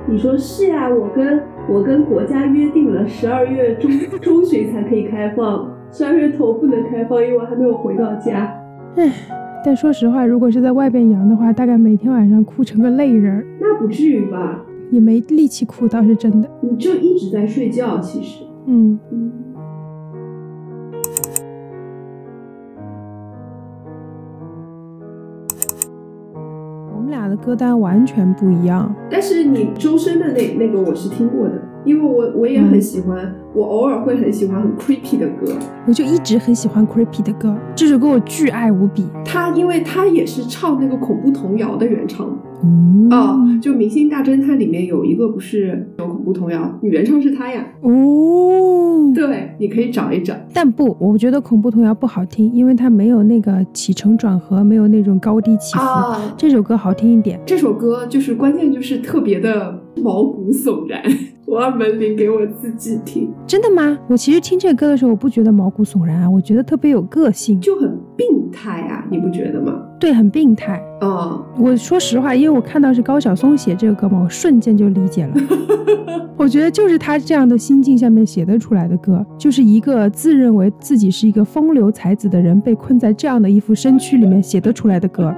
你说是啊，我跟我跟国家约定了十二月中中旬才可以开放，十二月头不能开放，因为我还没有回到家。？”但说实话，如果是在外边养的话，大概每天晚上哭成个泪人儿，那不至于吧？也没力气哭，倒是真的。你就一直在睡觉，其实，嗯，嗯，我们俩的歌单完全不一样。但是你周深的那那个我是听过的，因为我我也很喜欢，我偶尔会很喜欢很 creepy 的歌，我就一直很喜欢 Creepy 的歌，这首歌我巨爱无比。他因为他也是唱那个恐怖童谣的原唱嘛嗯哦，就《明星大侦探》里面有一个不是有恐怖童谣，女原唱是她呀。哦，对，你可以找一找。但不，我觉得恐怖童谣不好听，因为它没有那个起承转合，没有那种高低起伏。啊这首歌好听一点，这首歌就是关键就是特别的毛骨悚然， 我要门铃给我自己听，真的吗？我其实听这歌的时候，我不觉得毛骨悚然啊，我觉得特别有个性，就很病态啊，你不觉得吗？对，很病态。啊、我说实话，因为我看到是高晓松写这个歌嘛，我瞬间就理解了。我觉得就是他这样的心境下面写得出来的歌，就是一个自认为自己是一个风流才子的人被困在这样的一副身躯里面写得出来的歌。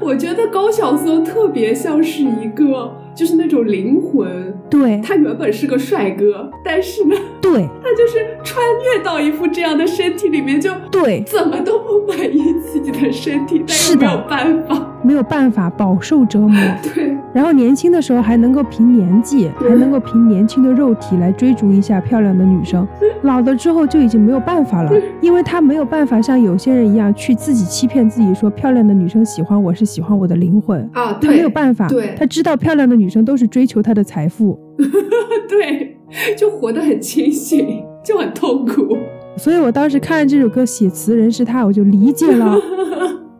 我觉得高晓松特别像是一个，就是那种灵魂。对他原本是个帅哥，但是呢， 对他就是穿越到一副这样的身体里面，就对，怎么都不满意自己的身体，但是又的没有办法。 没有办法饱受折磨。对，然后年轻的时候还能够凭年纪，对还能够凭年轻的肉体来追逐一下漂亮的女 生，老了之后就已经没有办法了，因为他没有办法像有些人一样去自己欺骗自己说漂亮的女生喜欢我是喜欢我的灵魂，啊，他没对有，办法对，他知道漂亮的女生都是追求他的财富， 对，就活得很清醒，就很痛苦。。所以我当时看了这首歌写词人是他，我就理解了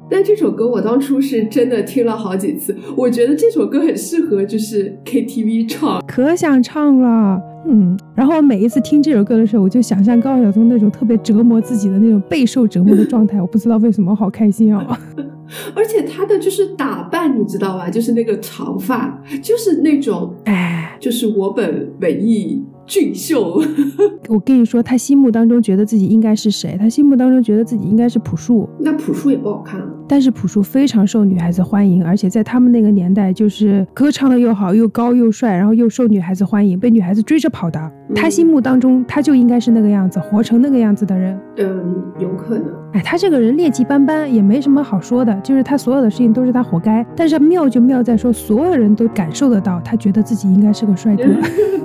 但这首歌我当初是真的听了好几次，我觉得这首歌很适合就是 KTV 唱，可想唱了，嗯，然后每一次听这首歌的时候，我就想象高晓松那种特别折磨自己的那种备受折磨的状态，我不知道为什么好开心啊！而且他的就是打扮，你知道吧？就是那个长发，就是那种，哎，就是我本文艺俊秀， 我跟你说，他心目当中觉得自己应该是谁？他心目当中觉得自己应该是朴树，那朴树也不好看啊。但是朴树非常受女孩子欢迎，而且在他们那个年代，就是歌唱的又好，又高又帅，然后又受女孩子欢迎，被女孩子追着跑的。嗯他心目当中，他就应该是那个样子，活成那个样子的人。嗯，有可能。 哎，他这个人劣迹斑斑，也没什么好说的，就是他所有的事情都是他活该。但是妙就妙在说，所有人都感受得到，他觉得自己应该是个帅哥，嗯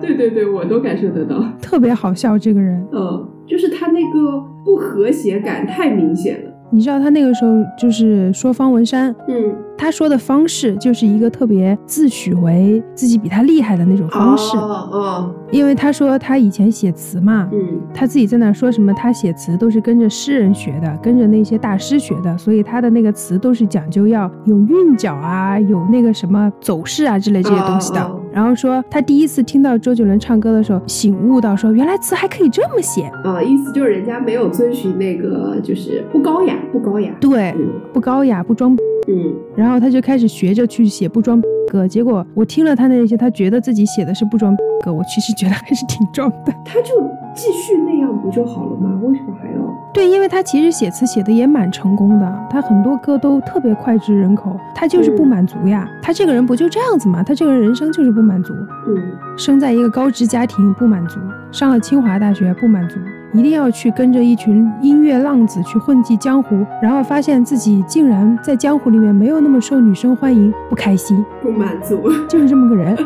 对对对，我都感受得到。 特别好笑。这个人，嗯，就是他那个不和谐感太明显了。你知道他那个时候就是说方文山，嗯，他说的方式就是一个特别自诩为自己比他厉害的那种方式，哦哦，因为他说他以前写词嘛。嗯他自己在那说什么？他写词都是跟着诗人学的，跟着那些大师学的，所以他的那个词都是讲究要有韵脚啊，有那个什么走势啊之类这些东西的。哦哦然后说他第一次听到周杰伦唱歌的时候，醒悟到说原来词还可以这么写。啊，意思就是人家没有遵循那个，就是不高雅，不高雅。对，嗯不高雅，不装嗯，然后他就开始学着去写不装逼歌，结果我听了他那些，他觉得自己写的是不装逼歌，我其实觉得还是挺装的。他就继续那样不就好了吗？为什么还要？对，因为他其实写词写的也蛮成功的，他很多歌都特别脍炙人口，他就是不满足呀，他这个人不就这样子嘛，他这个人人生就是不满足，嗯生在一个高知家庭不满足，上了清华大学不满足。一定要去跟着一群音乐浪子去混迹江湖，然后发现自己竟然在江湖里面没有那么受女生欢迎，不开心，不满足，就是这么个人。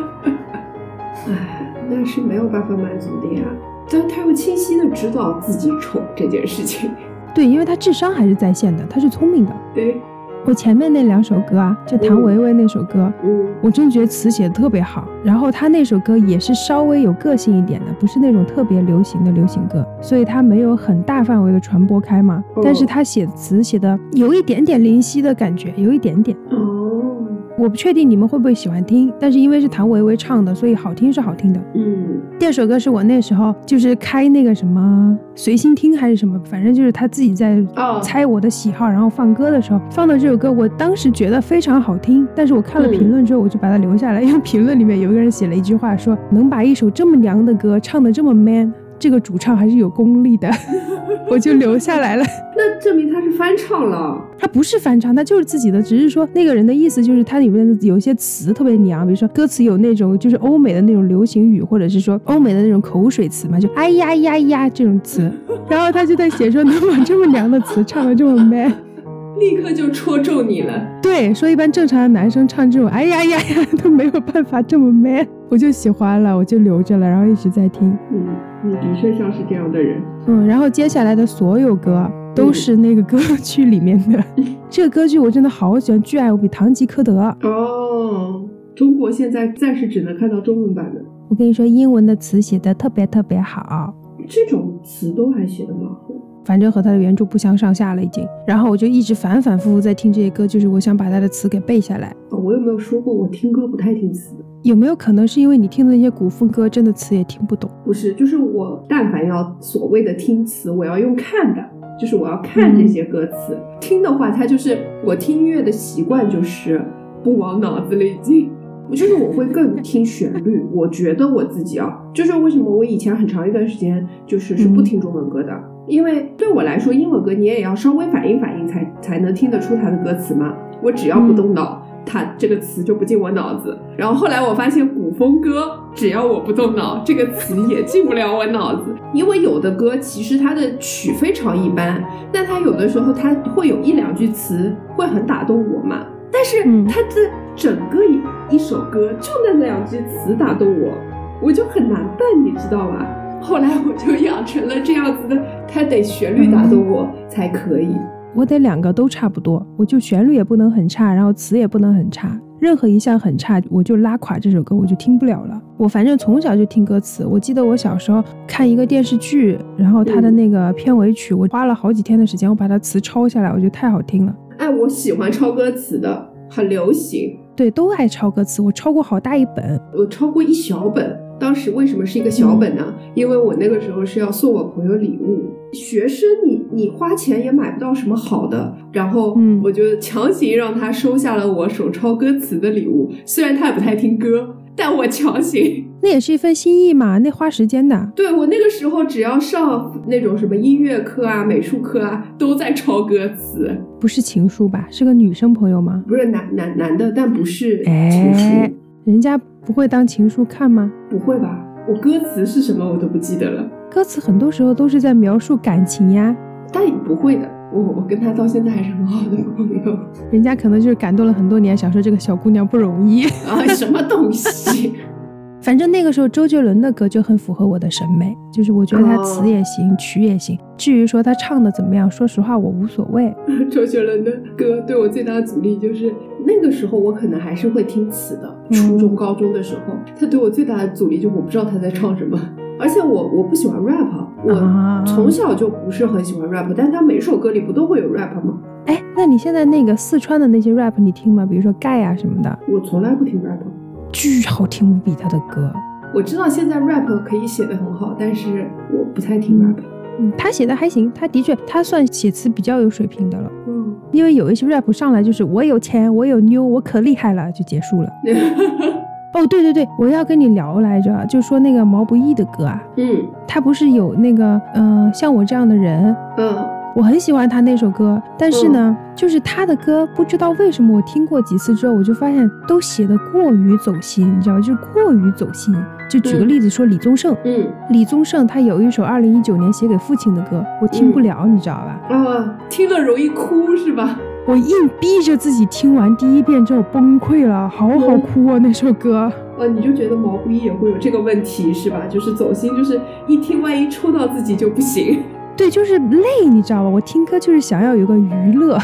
唉， 那是没有办法满足的呀。但他又清晰的知道自己丑这件事 情。对，因为他智商还是在线的，他是聪明的。对，我前面那两首歌啊，就谭维维那首歌，嗯我真觉得词写的特别好。然后他那首歌也是稍微有个性一点的，不是那种特别流行的流行歌，所以他没有很大范围的传播开嘛嗯。但是他写词写的有一点点灵犀的感觉，有一点点。嗯哦，我不确定你们会不会喜欢听，但是因为是谭维维唱的，所以好听是好听的。嗯第二首歌是我那时候就是开那个什么随心听还是什么，反正就是他自己在哦猜我的喜好，然后放歌的时候放到这首歌，我当时觉得非常好听，但是我看了评论之后，我就把它留下来，因为评论里面有一个人写了一句话说，能把一首这么娘的歌唱得这么 man，这个主唱还是有功力的， 我就留下来了。那证明他是翻唱了。他不是翻唱，他就是自己的，只是说那个人的意思就是他里面的有一些词特别娘，比如说歌词有那种就是欧美的那种流行语，或者是说欧美的那种口水词嘛，就 哎呀哎呀哎呀这种词，然后他就在写说能把这么娘的词唱的这么 man，立刻就戳中你了。对，说一般正常的男生唱这种哎呀哎呀哎呀都没有办法这么 man，我就喜欢了，我就留着了，然后一直在听，嗯，你的确像是这样的人。嗯，然后接下来的所有歌都是那个歌剧里面 的，这个歌剧我真的好喜欢，巨爱无比，《堂吉诃德》。哦，中国现在暂时只能看到中文版的，我跟你说，英文的词写的特别特别好，这种词都还写的蛮好。反正和他的原著不相上下了已经。然后我就一直反反复复在听这些歌，就是我想把他的词给背下来。哦我有没有说过我听歌不太听词的？有没有可能是因为你听的那些古风歌，真的词也听不懂？不是，就是我但凡要所谓的听词，我要用看的。就是我要看这些歌词，听的话，它就是我听音乐的习惯就是不往脑子里进，就是我会更听旋律。我觉得我自己啊，就是为什么我以前很长一段时间就是是不嗯听中文歌的，因为对我来说，英文歌你也要稍微反应反应才才能听得出它的歌词嘛。我只要不动脑，它这个词就不进我脑子。然后后来我发现古风歌，只要我不动脑，这个词也进不了我脑子。因为有的歌其实它的曲非常一般，但它有的时候它会有一两句词会很打动我嘛。但是嗯它这整个一一首歌就那两句词打动我，我就很难办，你知道吧？后来我就养成了这样子的，它得旋律打动我才可以。我得两个都差不多，我就旋律也不能很差，然后词也不能很差，任何一项很差，我就拉垮这首歌，我就听不了了。我反正从小就听歌词，我记得我小时候看一个电视剧，然后它的那个片尾曲，我花了好几天的时间，我把它词抄下来，我觉得太好听了。哎，我喜欢抄歌词的，很流行。对，都爱抄歌词，我抄过好大一本。我抄过一小本，当时为什么是一个小本呢？嗯因为我那个时候是要送我朋友礼物。学生你你花钱也买不到什么好的，然后嗯我就强行让他收下了我手抄歌词的礼物，虽然他也不太听歌，但我强行。 那也是一份心意嘛，那花时间的。对我那个时候，只要上那种什么音乐课啊、美术课啊，都在抄歌词，不是情书吧？是个女生朋友吗？不是男男男的，但不是情书，哎，人家不会当情书看吗？不会吧？我歌词是什么我都不记得了，歌词很多时候都是在描述感情呀，但也不会的。我哦我跟他到现在还是很好的朋友人家可能就是感动了很多年，想说这个小姑娘不容易。 啊，什么东西？反正那个时候周杰伦的歌就很符合我的审美，就是我觉得他哦词也行，曲也行。至于说他唱的怎么样，说实话我无所谓。 周杰伦的歌对我最大的阻力就是那个时候，我可能还是会听词的，嗯初中、高中的时候，他对我最大的阻力就是我不知道他在唱什么，而且我我不喜欢 rap，啊啊我从小就不是很喜欢 rap，但他每首歌里不都会有 rap 吗？哎，那你现在那个四川的那些 rap 你听吗？比如说盖啊什么的，我从来不听 rap，巨好听无比他的歌。我知道现在 rap 可以写的很好，但是我不太听 rap。嗯，他写的还行，他的确他算写词比较有水平的了。嗯，因为有一些 rap 上来就是我有钱，我有妞，我可厉害了，就结束了。 嗯哦，对对对，我要跟你聊来着，就说那个毛不易的歌啊，嗯他不是有那个呃，像我这样的人，嗯，我很喜欢他那首歌，但是呢，就是他的歌，不知道为什么我听过几次之后，我就发现都写的过于走心，你知道吗？就是过于走心。就举个嗯例子说，李宗盛，嗯李宗盛他有一首二零一九年写给父亲的歌，我听不嗯了，你知道吧？啊，听了容易哭是吧？我硬逼着自己听完第一遍之后崩溃了，好好哭啊！那首歌，呃，你就觉得毛不易也会有这个问题是吧？就是走心，就是一听万一戳到自己就不行。 对，就是累，你知道吧？我听歌就是想要有个娱乐，啊，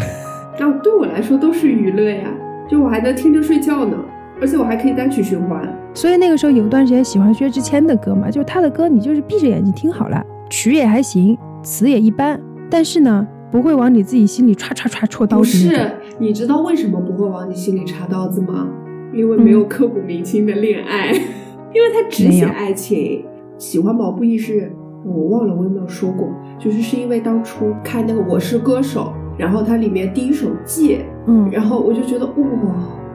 对我来说都是娱乐呀，就我还能听着睡觉呢，而且我还可以单曲循环。所以那个时候有段时间喜欢薛之谦的歌嘛，就是他的歌你就是闭着眼睛听好了，曲也还行，词也一般，但是呢，不会往你自己心里歘歘歘戳刀不子那种。是，你知道为什么不会往你心里插刀子吗？因为没有刻骨铭心的恋爱， 因为他只嗯没写有爱情。喜欢毛不易是，我忘了我有没有说过，就是是因为当初看那个《我是歌手》，然后它里面第一首《借》，嗯，然后我就觉得哇，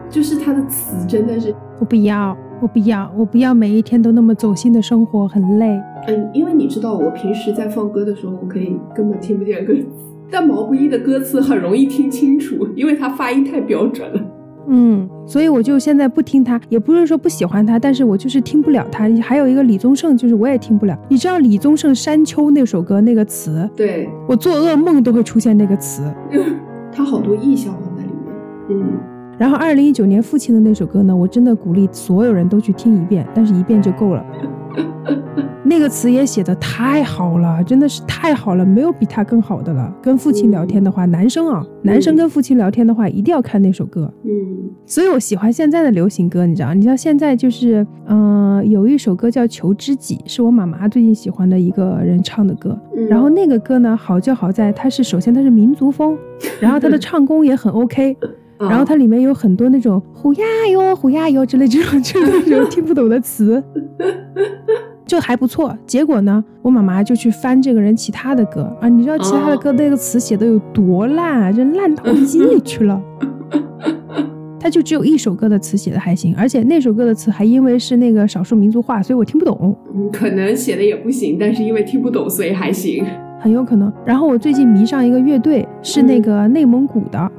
就是他的词真的是我不要，我不要，我不要每一天都那么走心的生活，很累。嗯，因为你知道，我平时在放歌的时候，我可以根本听不见歌词，但毛不易的歌词很容易听清楚，因为他发音太标准了。嗯，所以我就现在不听他，也不是说不喜欢他，但是我就是听不了他。还有一个李宗盛，就是我也听不了。你知道李宗盛《山丘》那首歌那个词，对，我做噩梦都会出现那个词。 他好多意象放在里面。嗯，然后二零一九年父亲的那首歌呢，我真的鼓励所有人都去听一遍，但是一遍就够了。那个词也写的太好了，真的是太好了，没有比他更好的了。跟父亲聊天的话，男生啊，男生跟父亲聊天的话，一定要看那首歌。嗯，所以我喜欢现在的流行歌，你知道？你知道现在就是，嗯、有一首歌叫《求知己》，是我妈妈最近喜欢的一个人唱的歌。嗯然后那个歌呢，好就好在它是首先它是民族风，然后它的唱功也很 OK，啊然后它里面有很多那种“虎呀哟，虎呀哟”之类这种就是那种听不懂的词，就还不错。结果呢，我妈妈就去翻这个人其他的歌啊，你知道其他的歌那个词写的有多烂啊，真烂到心里去了。他就只有一首歌的词写的还行，而且那首歌的词还因为是那个少数民族话，所以我听不懂。嗯可能写的也不行，但是因为听不懂，所以还行。 很有可能。然后我最近迷上一个乐队，是那个内蒙古的，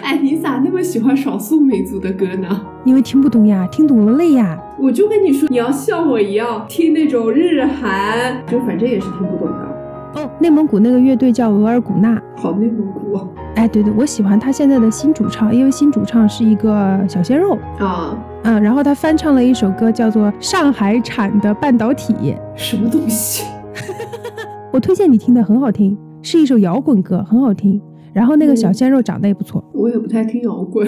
哎，你咋那么喜欢少数民族的歌呢？因为听不懂呀，听懂了累呀。我就跟你说，你要像我一样听那种日韩，就反正也是听不懂的。哦，内蒙古那个乐队叫额尔古纳。好内蒙古啊哎，对对，我喜欢他现在的新主唱，因为新主唱是一个小鲜肉，啊，嗯，然后他翻唱了一首歌叫做《上海产的半导体》，什么东西？ 我推荐你听的，很好听，是一首摇滚歌，很好听。然后那个小嗯鲜肉长得也不错，我也不太听摇滚。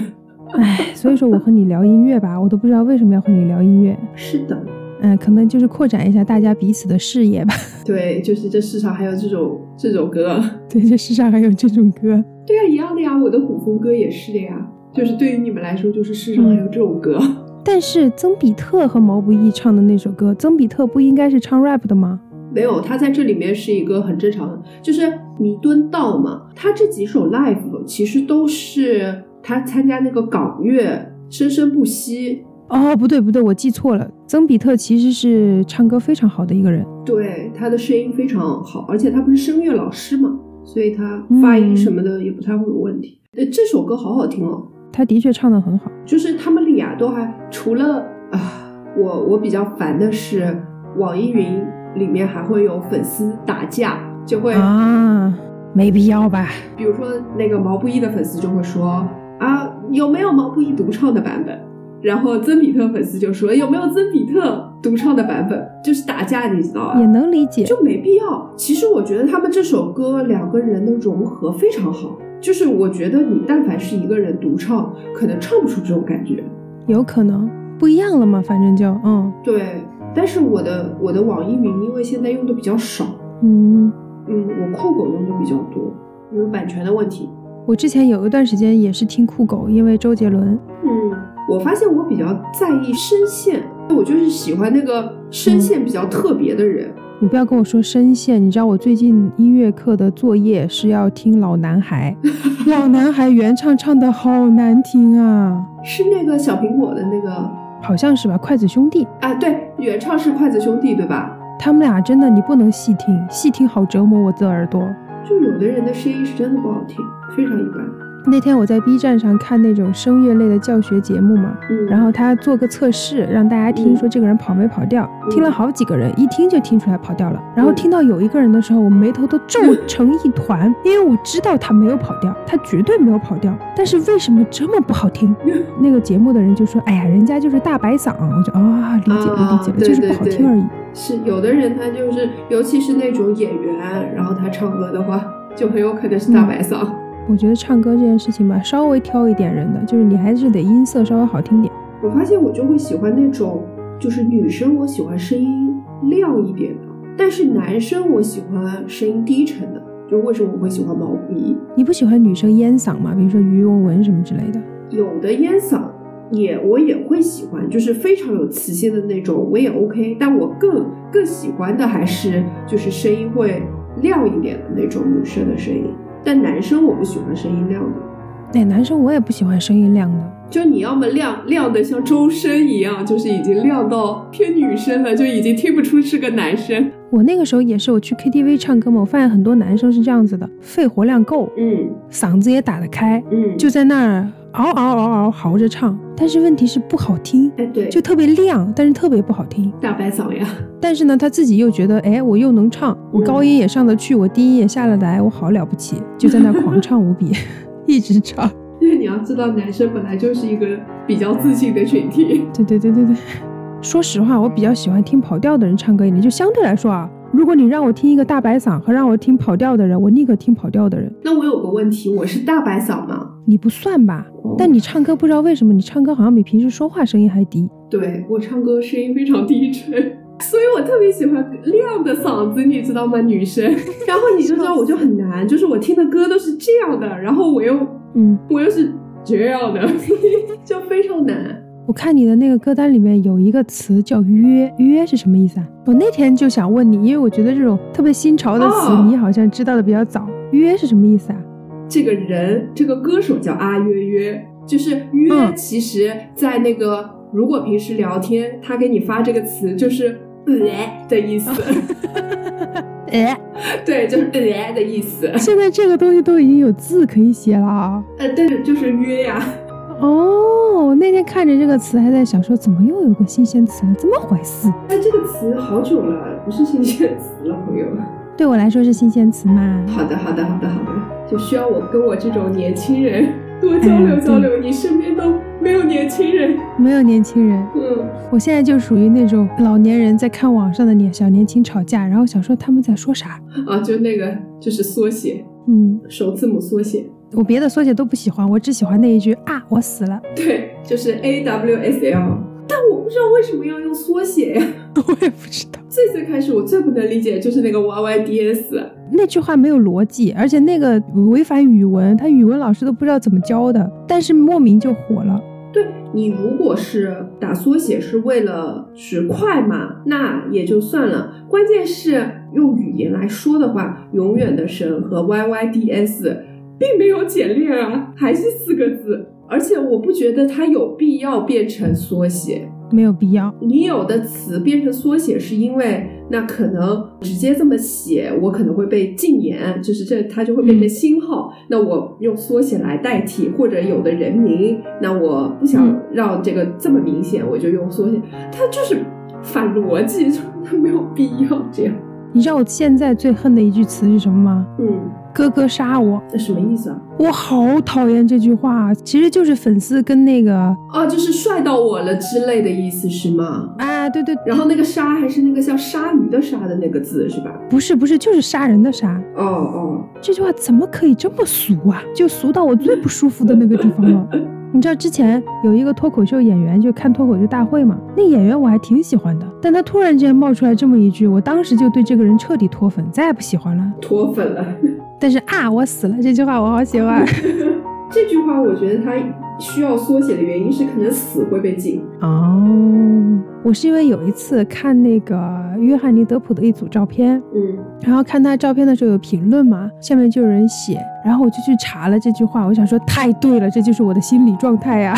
哎，所以说我和你聊音乐吧，我都不知道为什么要和你聊音乐，是的，嗯，可能就是扩展一下大家彼此的视野吧。 对，就是这世上还有这种这种歌。对，这世上还有这种歌，对啊呀、一样的呀，我的古风歌也是的呀。就是对于你们来说，就是世上还有这种歌。但是曾比特和毛不易唱的那首歌，曾比特不应该是唱 rap 的吗？没有，他在这里面是一个很正常的，就是弥敦道嘛。他这几首 live 其实都是他参加那个港乐《生生不息哦，不对不对，我记错了，曾比特其实是唱歌非常好的一个人。》，对他的声音非常好，而且他不是声乐老师嘛，所以他发音什么的也不太会有问题。呃，这首歌好好听哦，他的确唱得很好。就是他们俩都还除了啊，我我比较烦的是网易云里面还会有粉丝打架，就会、啊，没必要吧？比如说那个毛不易的粉丝就会说啊，有没有毛不易独唱的版本？然后曾比特粉丝就说有没有曾比特独唱的版本？就是打架，你知道也吧？能理解。啊就没必要。其实我觉得他们这首歌两个人的融合非常好，就是我觉得你但凡是一个人独唱，可能唱不出这种感觉。有可能不一样了嘛，反正就嗯对，但是我的我的网易云因为现在用的比较少，嗯。嗯，我酷狗用的比较多，因为版权的问题。我之前有一段时间也是听酷狗，因为周杰伦。嗯，我发现我比较在意声线，我就是喜欢那个声线比较特别的人。你不要跟我说声线，你知道我最近音乐课的作业是要听老男孩，老男孩原唱唱的好难听啊，是那个小苹果的那个好像是吧？筷子兄弟，啊，对，原唱是筷子兄弟，对吧？他们俩真的你不能细听，细听好折磨我的耳朵。就有的人的声音是真的不好听，非常一般。那天我在 B 站上看那种声乐类的教学节目嘛，嗯，然后他做个测试，让大家听说这个人跑没跑调。听了好几个人，一听就听出来跑调了。然后嗯听到有一个人的时候，我眉头都皱成一团，因为我知道他没有跑调，他绝对没有跑调。但是为什么这么不 好听？那个节目的人就说：“哎呀，人家就是大白嗓。”我就啊，理解了，理解了，啊就是不好对对听而已。是有的人他就是，尤其是那种演员，然后他唱歌的话，就很有可能是大白嗓。我觉得唱歌这件事情吧，稍微挑一点人的，就是你还是得音色稍微好听点。我发现我就会喜欢那种，就是女生我喜欢声音亮一点的，但是男生我喜欢声音低沉的。就为什么我会喜欢毛不易？你不喜欢女生烟嗓吗？比如说于文文什么之类的。有的烟嗓也我也会喜欢，就是非常有磁性的那种，我也 OK。但我更更喜欢的还是就是声音会亮一点的那种女生的声音，但男生我不喜欢声音亮的。哎，男生我也不喜欢声音亮的。就你要么亮亮的像周深一样，就是已经亮到偏女生了，就已经听不出是个男生。我那个时候也是，我去 KTV 唱歌嘛，我发现很多男生是这样子的，肺活量够，嗯嗓子也打得开，嗯，就在那儿嗷嗷嗷嗷嚎着唱，但是问题是不好听，哎对，就特别亮，但是特别不好听。大白嗓呀。但是呢，他自己又觉得，哎，我又能唱，我高音也上得去，我低音也下得来，我好了不起，就在那儿狂唱无比， 一直唱。因为你要知道，男生本来就是一个比较自信的群体。对对对对对，说实话，我比较喜欢听跑调的人唱歌一点，就相对来说啊，如果你让我听一个大白嗓和让我听跑调的人，我宁可听跑调的人。那我有个问题，我是大白嗓吗？你不算吧？但你唱歌不知道为什么，你唱歌好像比平时说话声音还低。对我唱歌声音非常低沉。所以我特别喜欢亮的嗓子，你知道吗？女生， 然后你就知道我就很难，就是我听的歌都是这样的，然后我又嗯，我又是这样的， 就非常难。我看你的那个歌单里面有一个词叫“约”，约是什么意思啊？我那天就想问你，因为我觉得这种特别新潮的词，哦你好像知道的比较早。约是什么意思啊？这个人，这个歌手叫阿约约，就是约，嗯其实在那个、如果平时聊天，他给你发这个词就是“呃”的意思。呃，对，就是呃的意思。现在这个东西都已经有字可以写了啊。呃，但是就是约呀、哦，我那天看着这个词还在想说，怎么又有个新鲜词了？怎么回事？但这个词好久了，不是新鲜词了，朋友们。对我来说是新鲜词嘛？好的，好的，好的，好的，就需要我跟我这种年轻人多交流哎交流。你身边都没有年轻人，没有年轻人，嗯，我现在就属于那种老年人在看网上的年小年轻吵架，然后想说他们在说啥。啊，就那个就是缩写，嗯，首字母缩写，我别的缩写都不喜欢，我只喜欢那一句啊，我死了。对，就是 A W S L。但我不知道为什么要用缩写呀。我也不知道最最开始我最不能理解就是那个 Y Y D S，那句话没有逻辑，而且那个违反语文，他语文老师都不知道怎么教的，但是莫名就火了。对你如果是打缩写是为了是快嘛，那也就算了。关键是用语言来说的话，永远的神和 YYDS 并没有简练啊，还是四个字。而且我不觉得它有必要变成缩写。没有必要，你有的词变成缩写，是因为那可能直接这么写，我可能会被禁言，就是这它就会变成星号。那我用缩写来代替，或者有的人名，那我不想嗯让这个这么明显，我就用缩写。它就是反逻辑，就是它没有必要这样。你知道我现在最恨的一句词是什么吗？嗯，哥哥杀我！那什么意思啊？我好讨厌这句话，啊其实就是粉丝跟那个哦，就是帅到我了之类的意思是吗？啊，对对，然后那个鲨还是那个像鲨鱼的鲨的那个字是吧？不是不是，就是杀人的杀。哦哦，这句话怎么可以这么俗啊？就俗到我最不舒服的那个地方了。 你知道之前有一个脱口秀演员，就看脱口秀大会嘛，那演员我还挺喜欢的，但他突然之间冒出来这么一句，我当时就对这个人彻底脱粉，再也不喜欢了。脱粉了。但是啊，我死了这句话我好喜欢这句话我觉得它需要缩写的原因是，可能死会被禁。哦。我是因为有一次看那个约翰尼德普的一组照片，嗯，然后看他照片的时候有评论嘛，下面就有人写，然后我就去查了这句话，我想说太对了，这就是我的心理状态呀、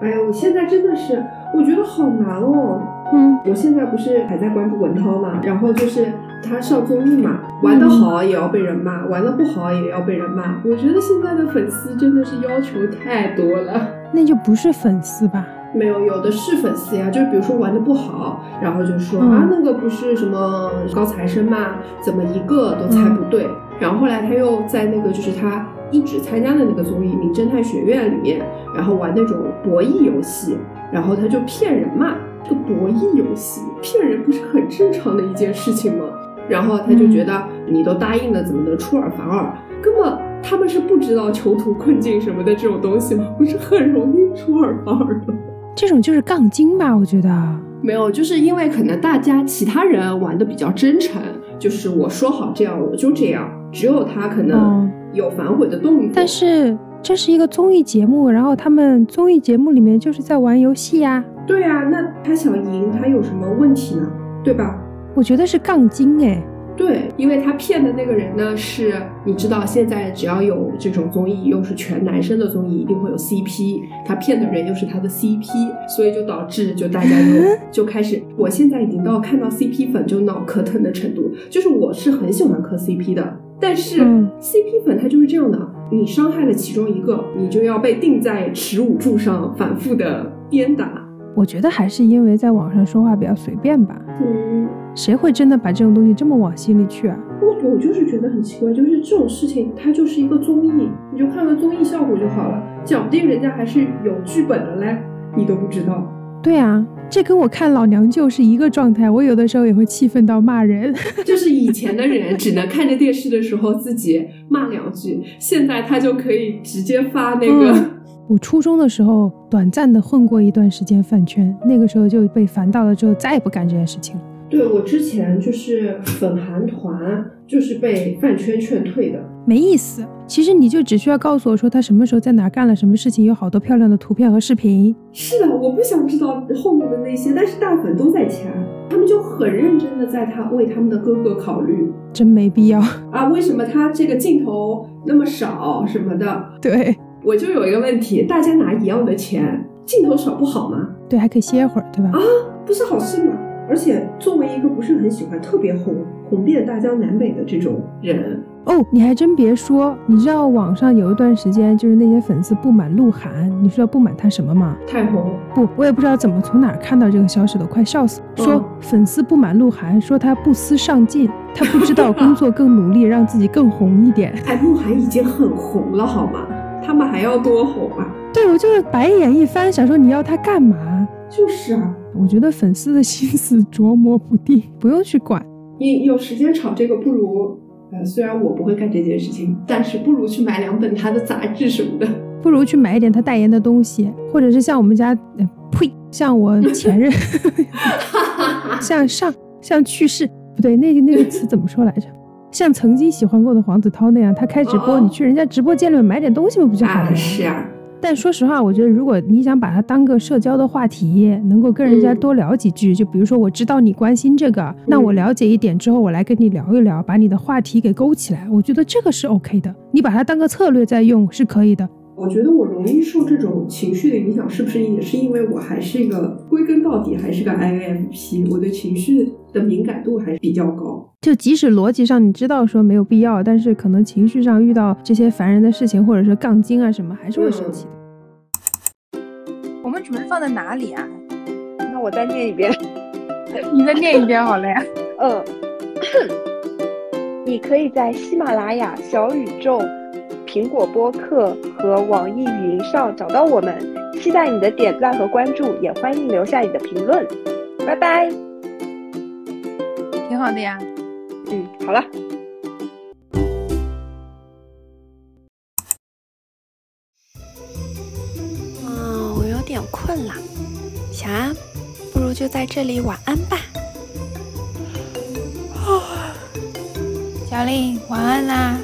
哎呀，我现在真的是，我觉得好难哦。嗯，我现在不是还在关注文涛嘛，然后就是他上综艺嘛，玩得好也要被人骂，玩得不好也要被人骂。我觉得现在的粉丝真的是要求太多了。 那就不是粉丝吧？没有，有的是粉丝呀，就是比如说玩的不好，然后就说、嗯啊那个不是什么高材生嘛，怎么一个都猜不对。然后后来他又在那个就是他一直参加的那个综艺《名侦探学院》里面，然后玩那种博弈游戏，然后他就骗人嘛。这个博弈游戏骗人不是很正常的一件事情吗？然后他就觉得你都答应了，怎么能出尔反尔？ 根本他们是不知道囚徒困境什么的这种东西吗？不是很容易出尔反尔的吗。这种就是杠精吧？我觉得，没有，就是因为可能大家其他人玩的比较真诚，就是我说好这样我就这样，只有他可能嗯有反悔的动作。但是这是一个综艺节目，然后他们综艺节目里面就是在玩游戏呀、对啊，那他想赢，他有什么问题呢？对吧？我觉得是杠精哎。对，因为他骗的那个人呢是，你知道现在只要有这种综艺，又是全男生的综艺，一定会有 CP，他骗的人又是他的 CP，所以就导致就大家就就开始，我现在已经到看到 CP 粉就脑壳疼的程度，就是我是很喜欢磕 CP 的，但是嗯 CP 粉他就是这样的，你伤害了其中一个，你就要被钉在耻辱柱上反复的鞭打，我觉得还是因为在网上说话比较随便吧，嗯。谁会真的把这种东西这么往心里去啊？我我就是觉得很奇怪，就是这种事情，它就是一个综艺，你就看个综艺效果就好了，讲不定人家还是有剧本的嘞，你都不知道。对啊，这跟我看《老娘舅》是一个状态，我有的时候也会气愤到骂人。就是以前的人只能看着电视的时候自己骂两句，现在他就可以直接发那个，嗯我初中的时候短暂的混过一段时间饭圈，那个时候就被烦到了，之后再也不干这件事情了。 对我之前就是粉韩团，就是被饭圈劝退的。没意思。其实你就只需要告诉我说他什么时候在哪儿干了什么事情，有好多漂亮的图片和视频。是的，我不想知道后面的那些，但是大粉都在掐，他们就很认真的在他为他们的哥哥考虑。真没必要。 啊，为什么他这个镜头那么少什么的？对我就有一个问题，大家拿一样的钱，镜头少不好吗？对，还可以歇会儿，对吧？不是好事吗？而且作为一个不是很喜欢特别红红遍大江南北的这种人。哦，你还真别说，你知道网上有一段时间，就是那些粉丝不满鹿晗，你知道不满他什么吗？太红，不，我也不知道怎么从哪儿看到这个消息的，快笑死了！说嗯粉丝不满鹿晗，说他不思上进，他不知道工作更努力，让自己更红一点。 哎，鹿晗已经很红了好吗？他们还要多红啊？对我就是白眼一翻，想说你要他干嘛？就是啊，我觉得粉丝的心思琢磨不定，不用去管。你有时间炒这个，不如呃，虽然我不会干这件事情，但是不如去买两本他的杂志什么的。不如去买一点他代言的东西，或者是像我们家，呃呸，像我前任， 像上像去世，不对，那个那个词怎么说来着？像曾经喜欢过的黄子韬那样，他开直哦播，哦你去人家直播间里面买点东西不不就好了啊，吗？是啊，但说实话，我觉得如果你想把它当个社交的话题，能够跟人家嗯多聊几句，就比如说我知道你关心这个，那我了解一点之后，我来跟你聊一聊，把你的话题给勾起来，我觉得这个是 OK 的。你把它当个策略在用是可以的。我觉得我容易受这种情绪的影响，是不是也是因为我还是一个归根到底还是个 INFP，我对情绪的敏感度还是比较高。就即使逻辑上你知道说没有必要，但是可能情绪上遇到这些烦人的事情，或者是杠精啊什么，还是会生气的。我们准备放在哪里啊？那我再念一遍。 你再念一遍好了呀。嗯，你可以在喜马拉雅、小宇宙、苹果播客和网易云上找到我们。期待你的点赞和关注，也欢迎留下你的评论。拜拜。挺好的呀。嗯，好了。啊，我有点困了，小安，不如就在这里晚安吧。小丽，晚安啦。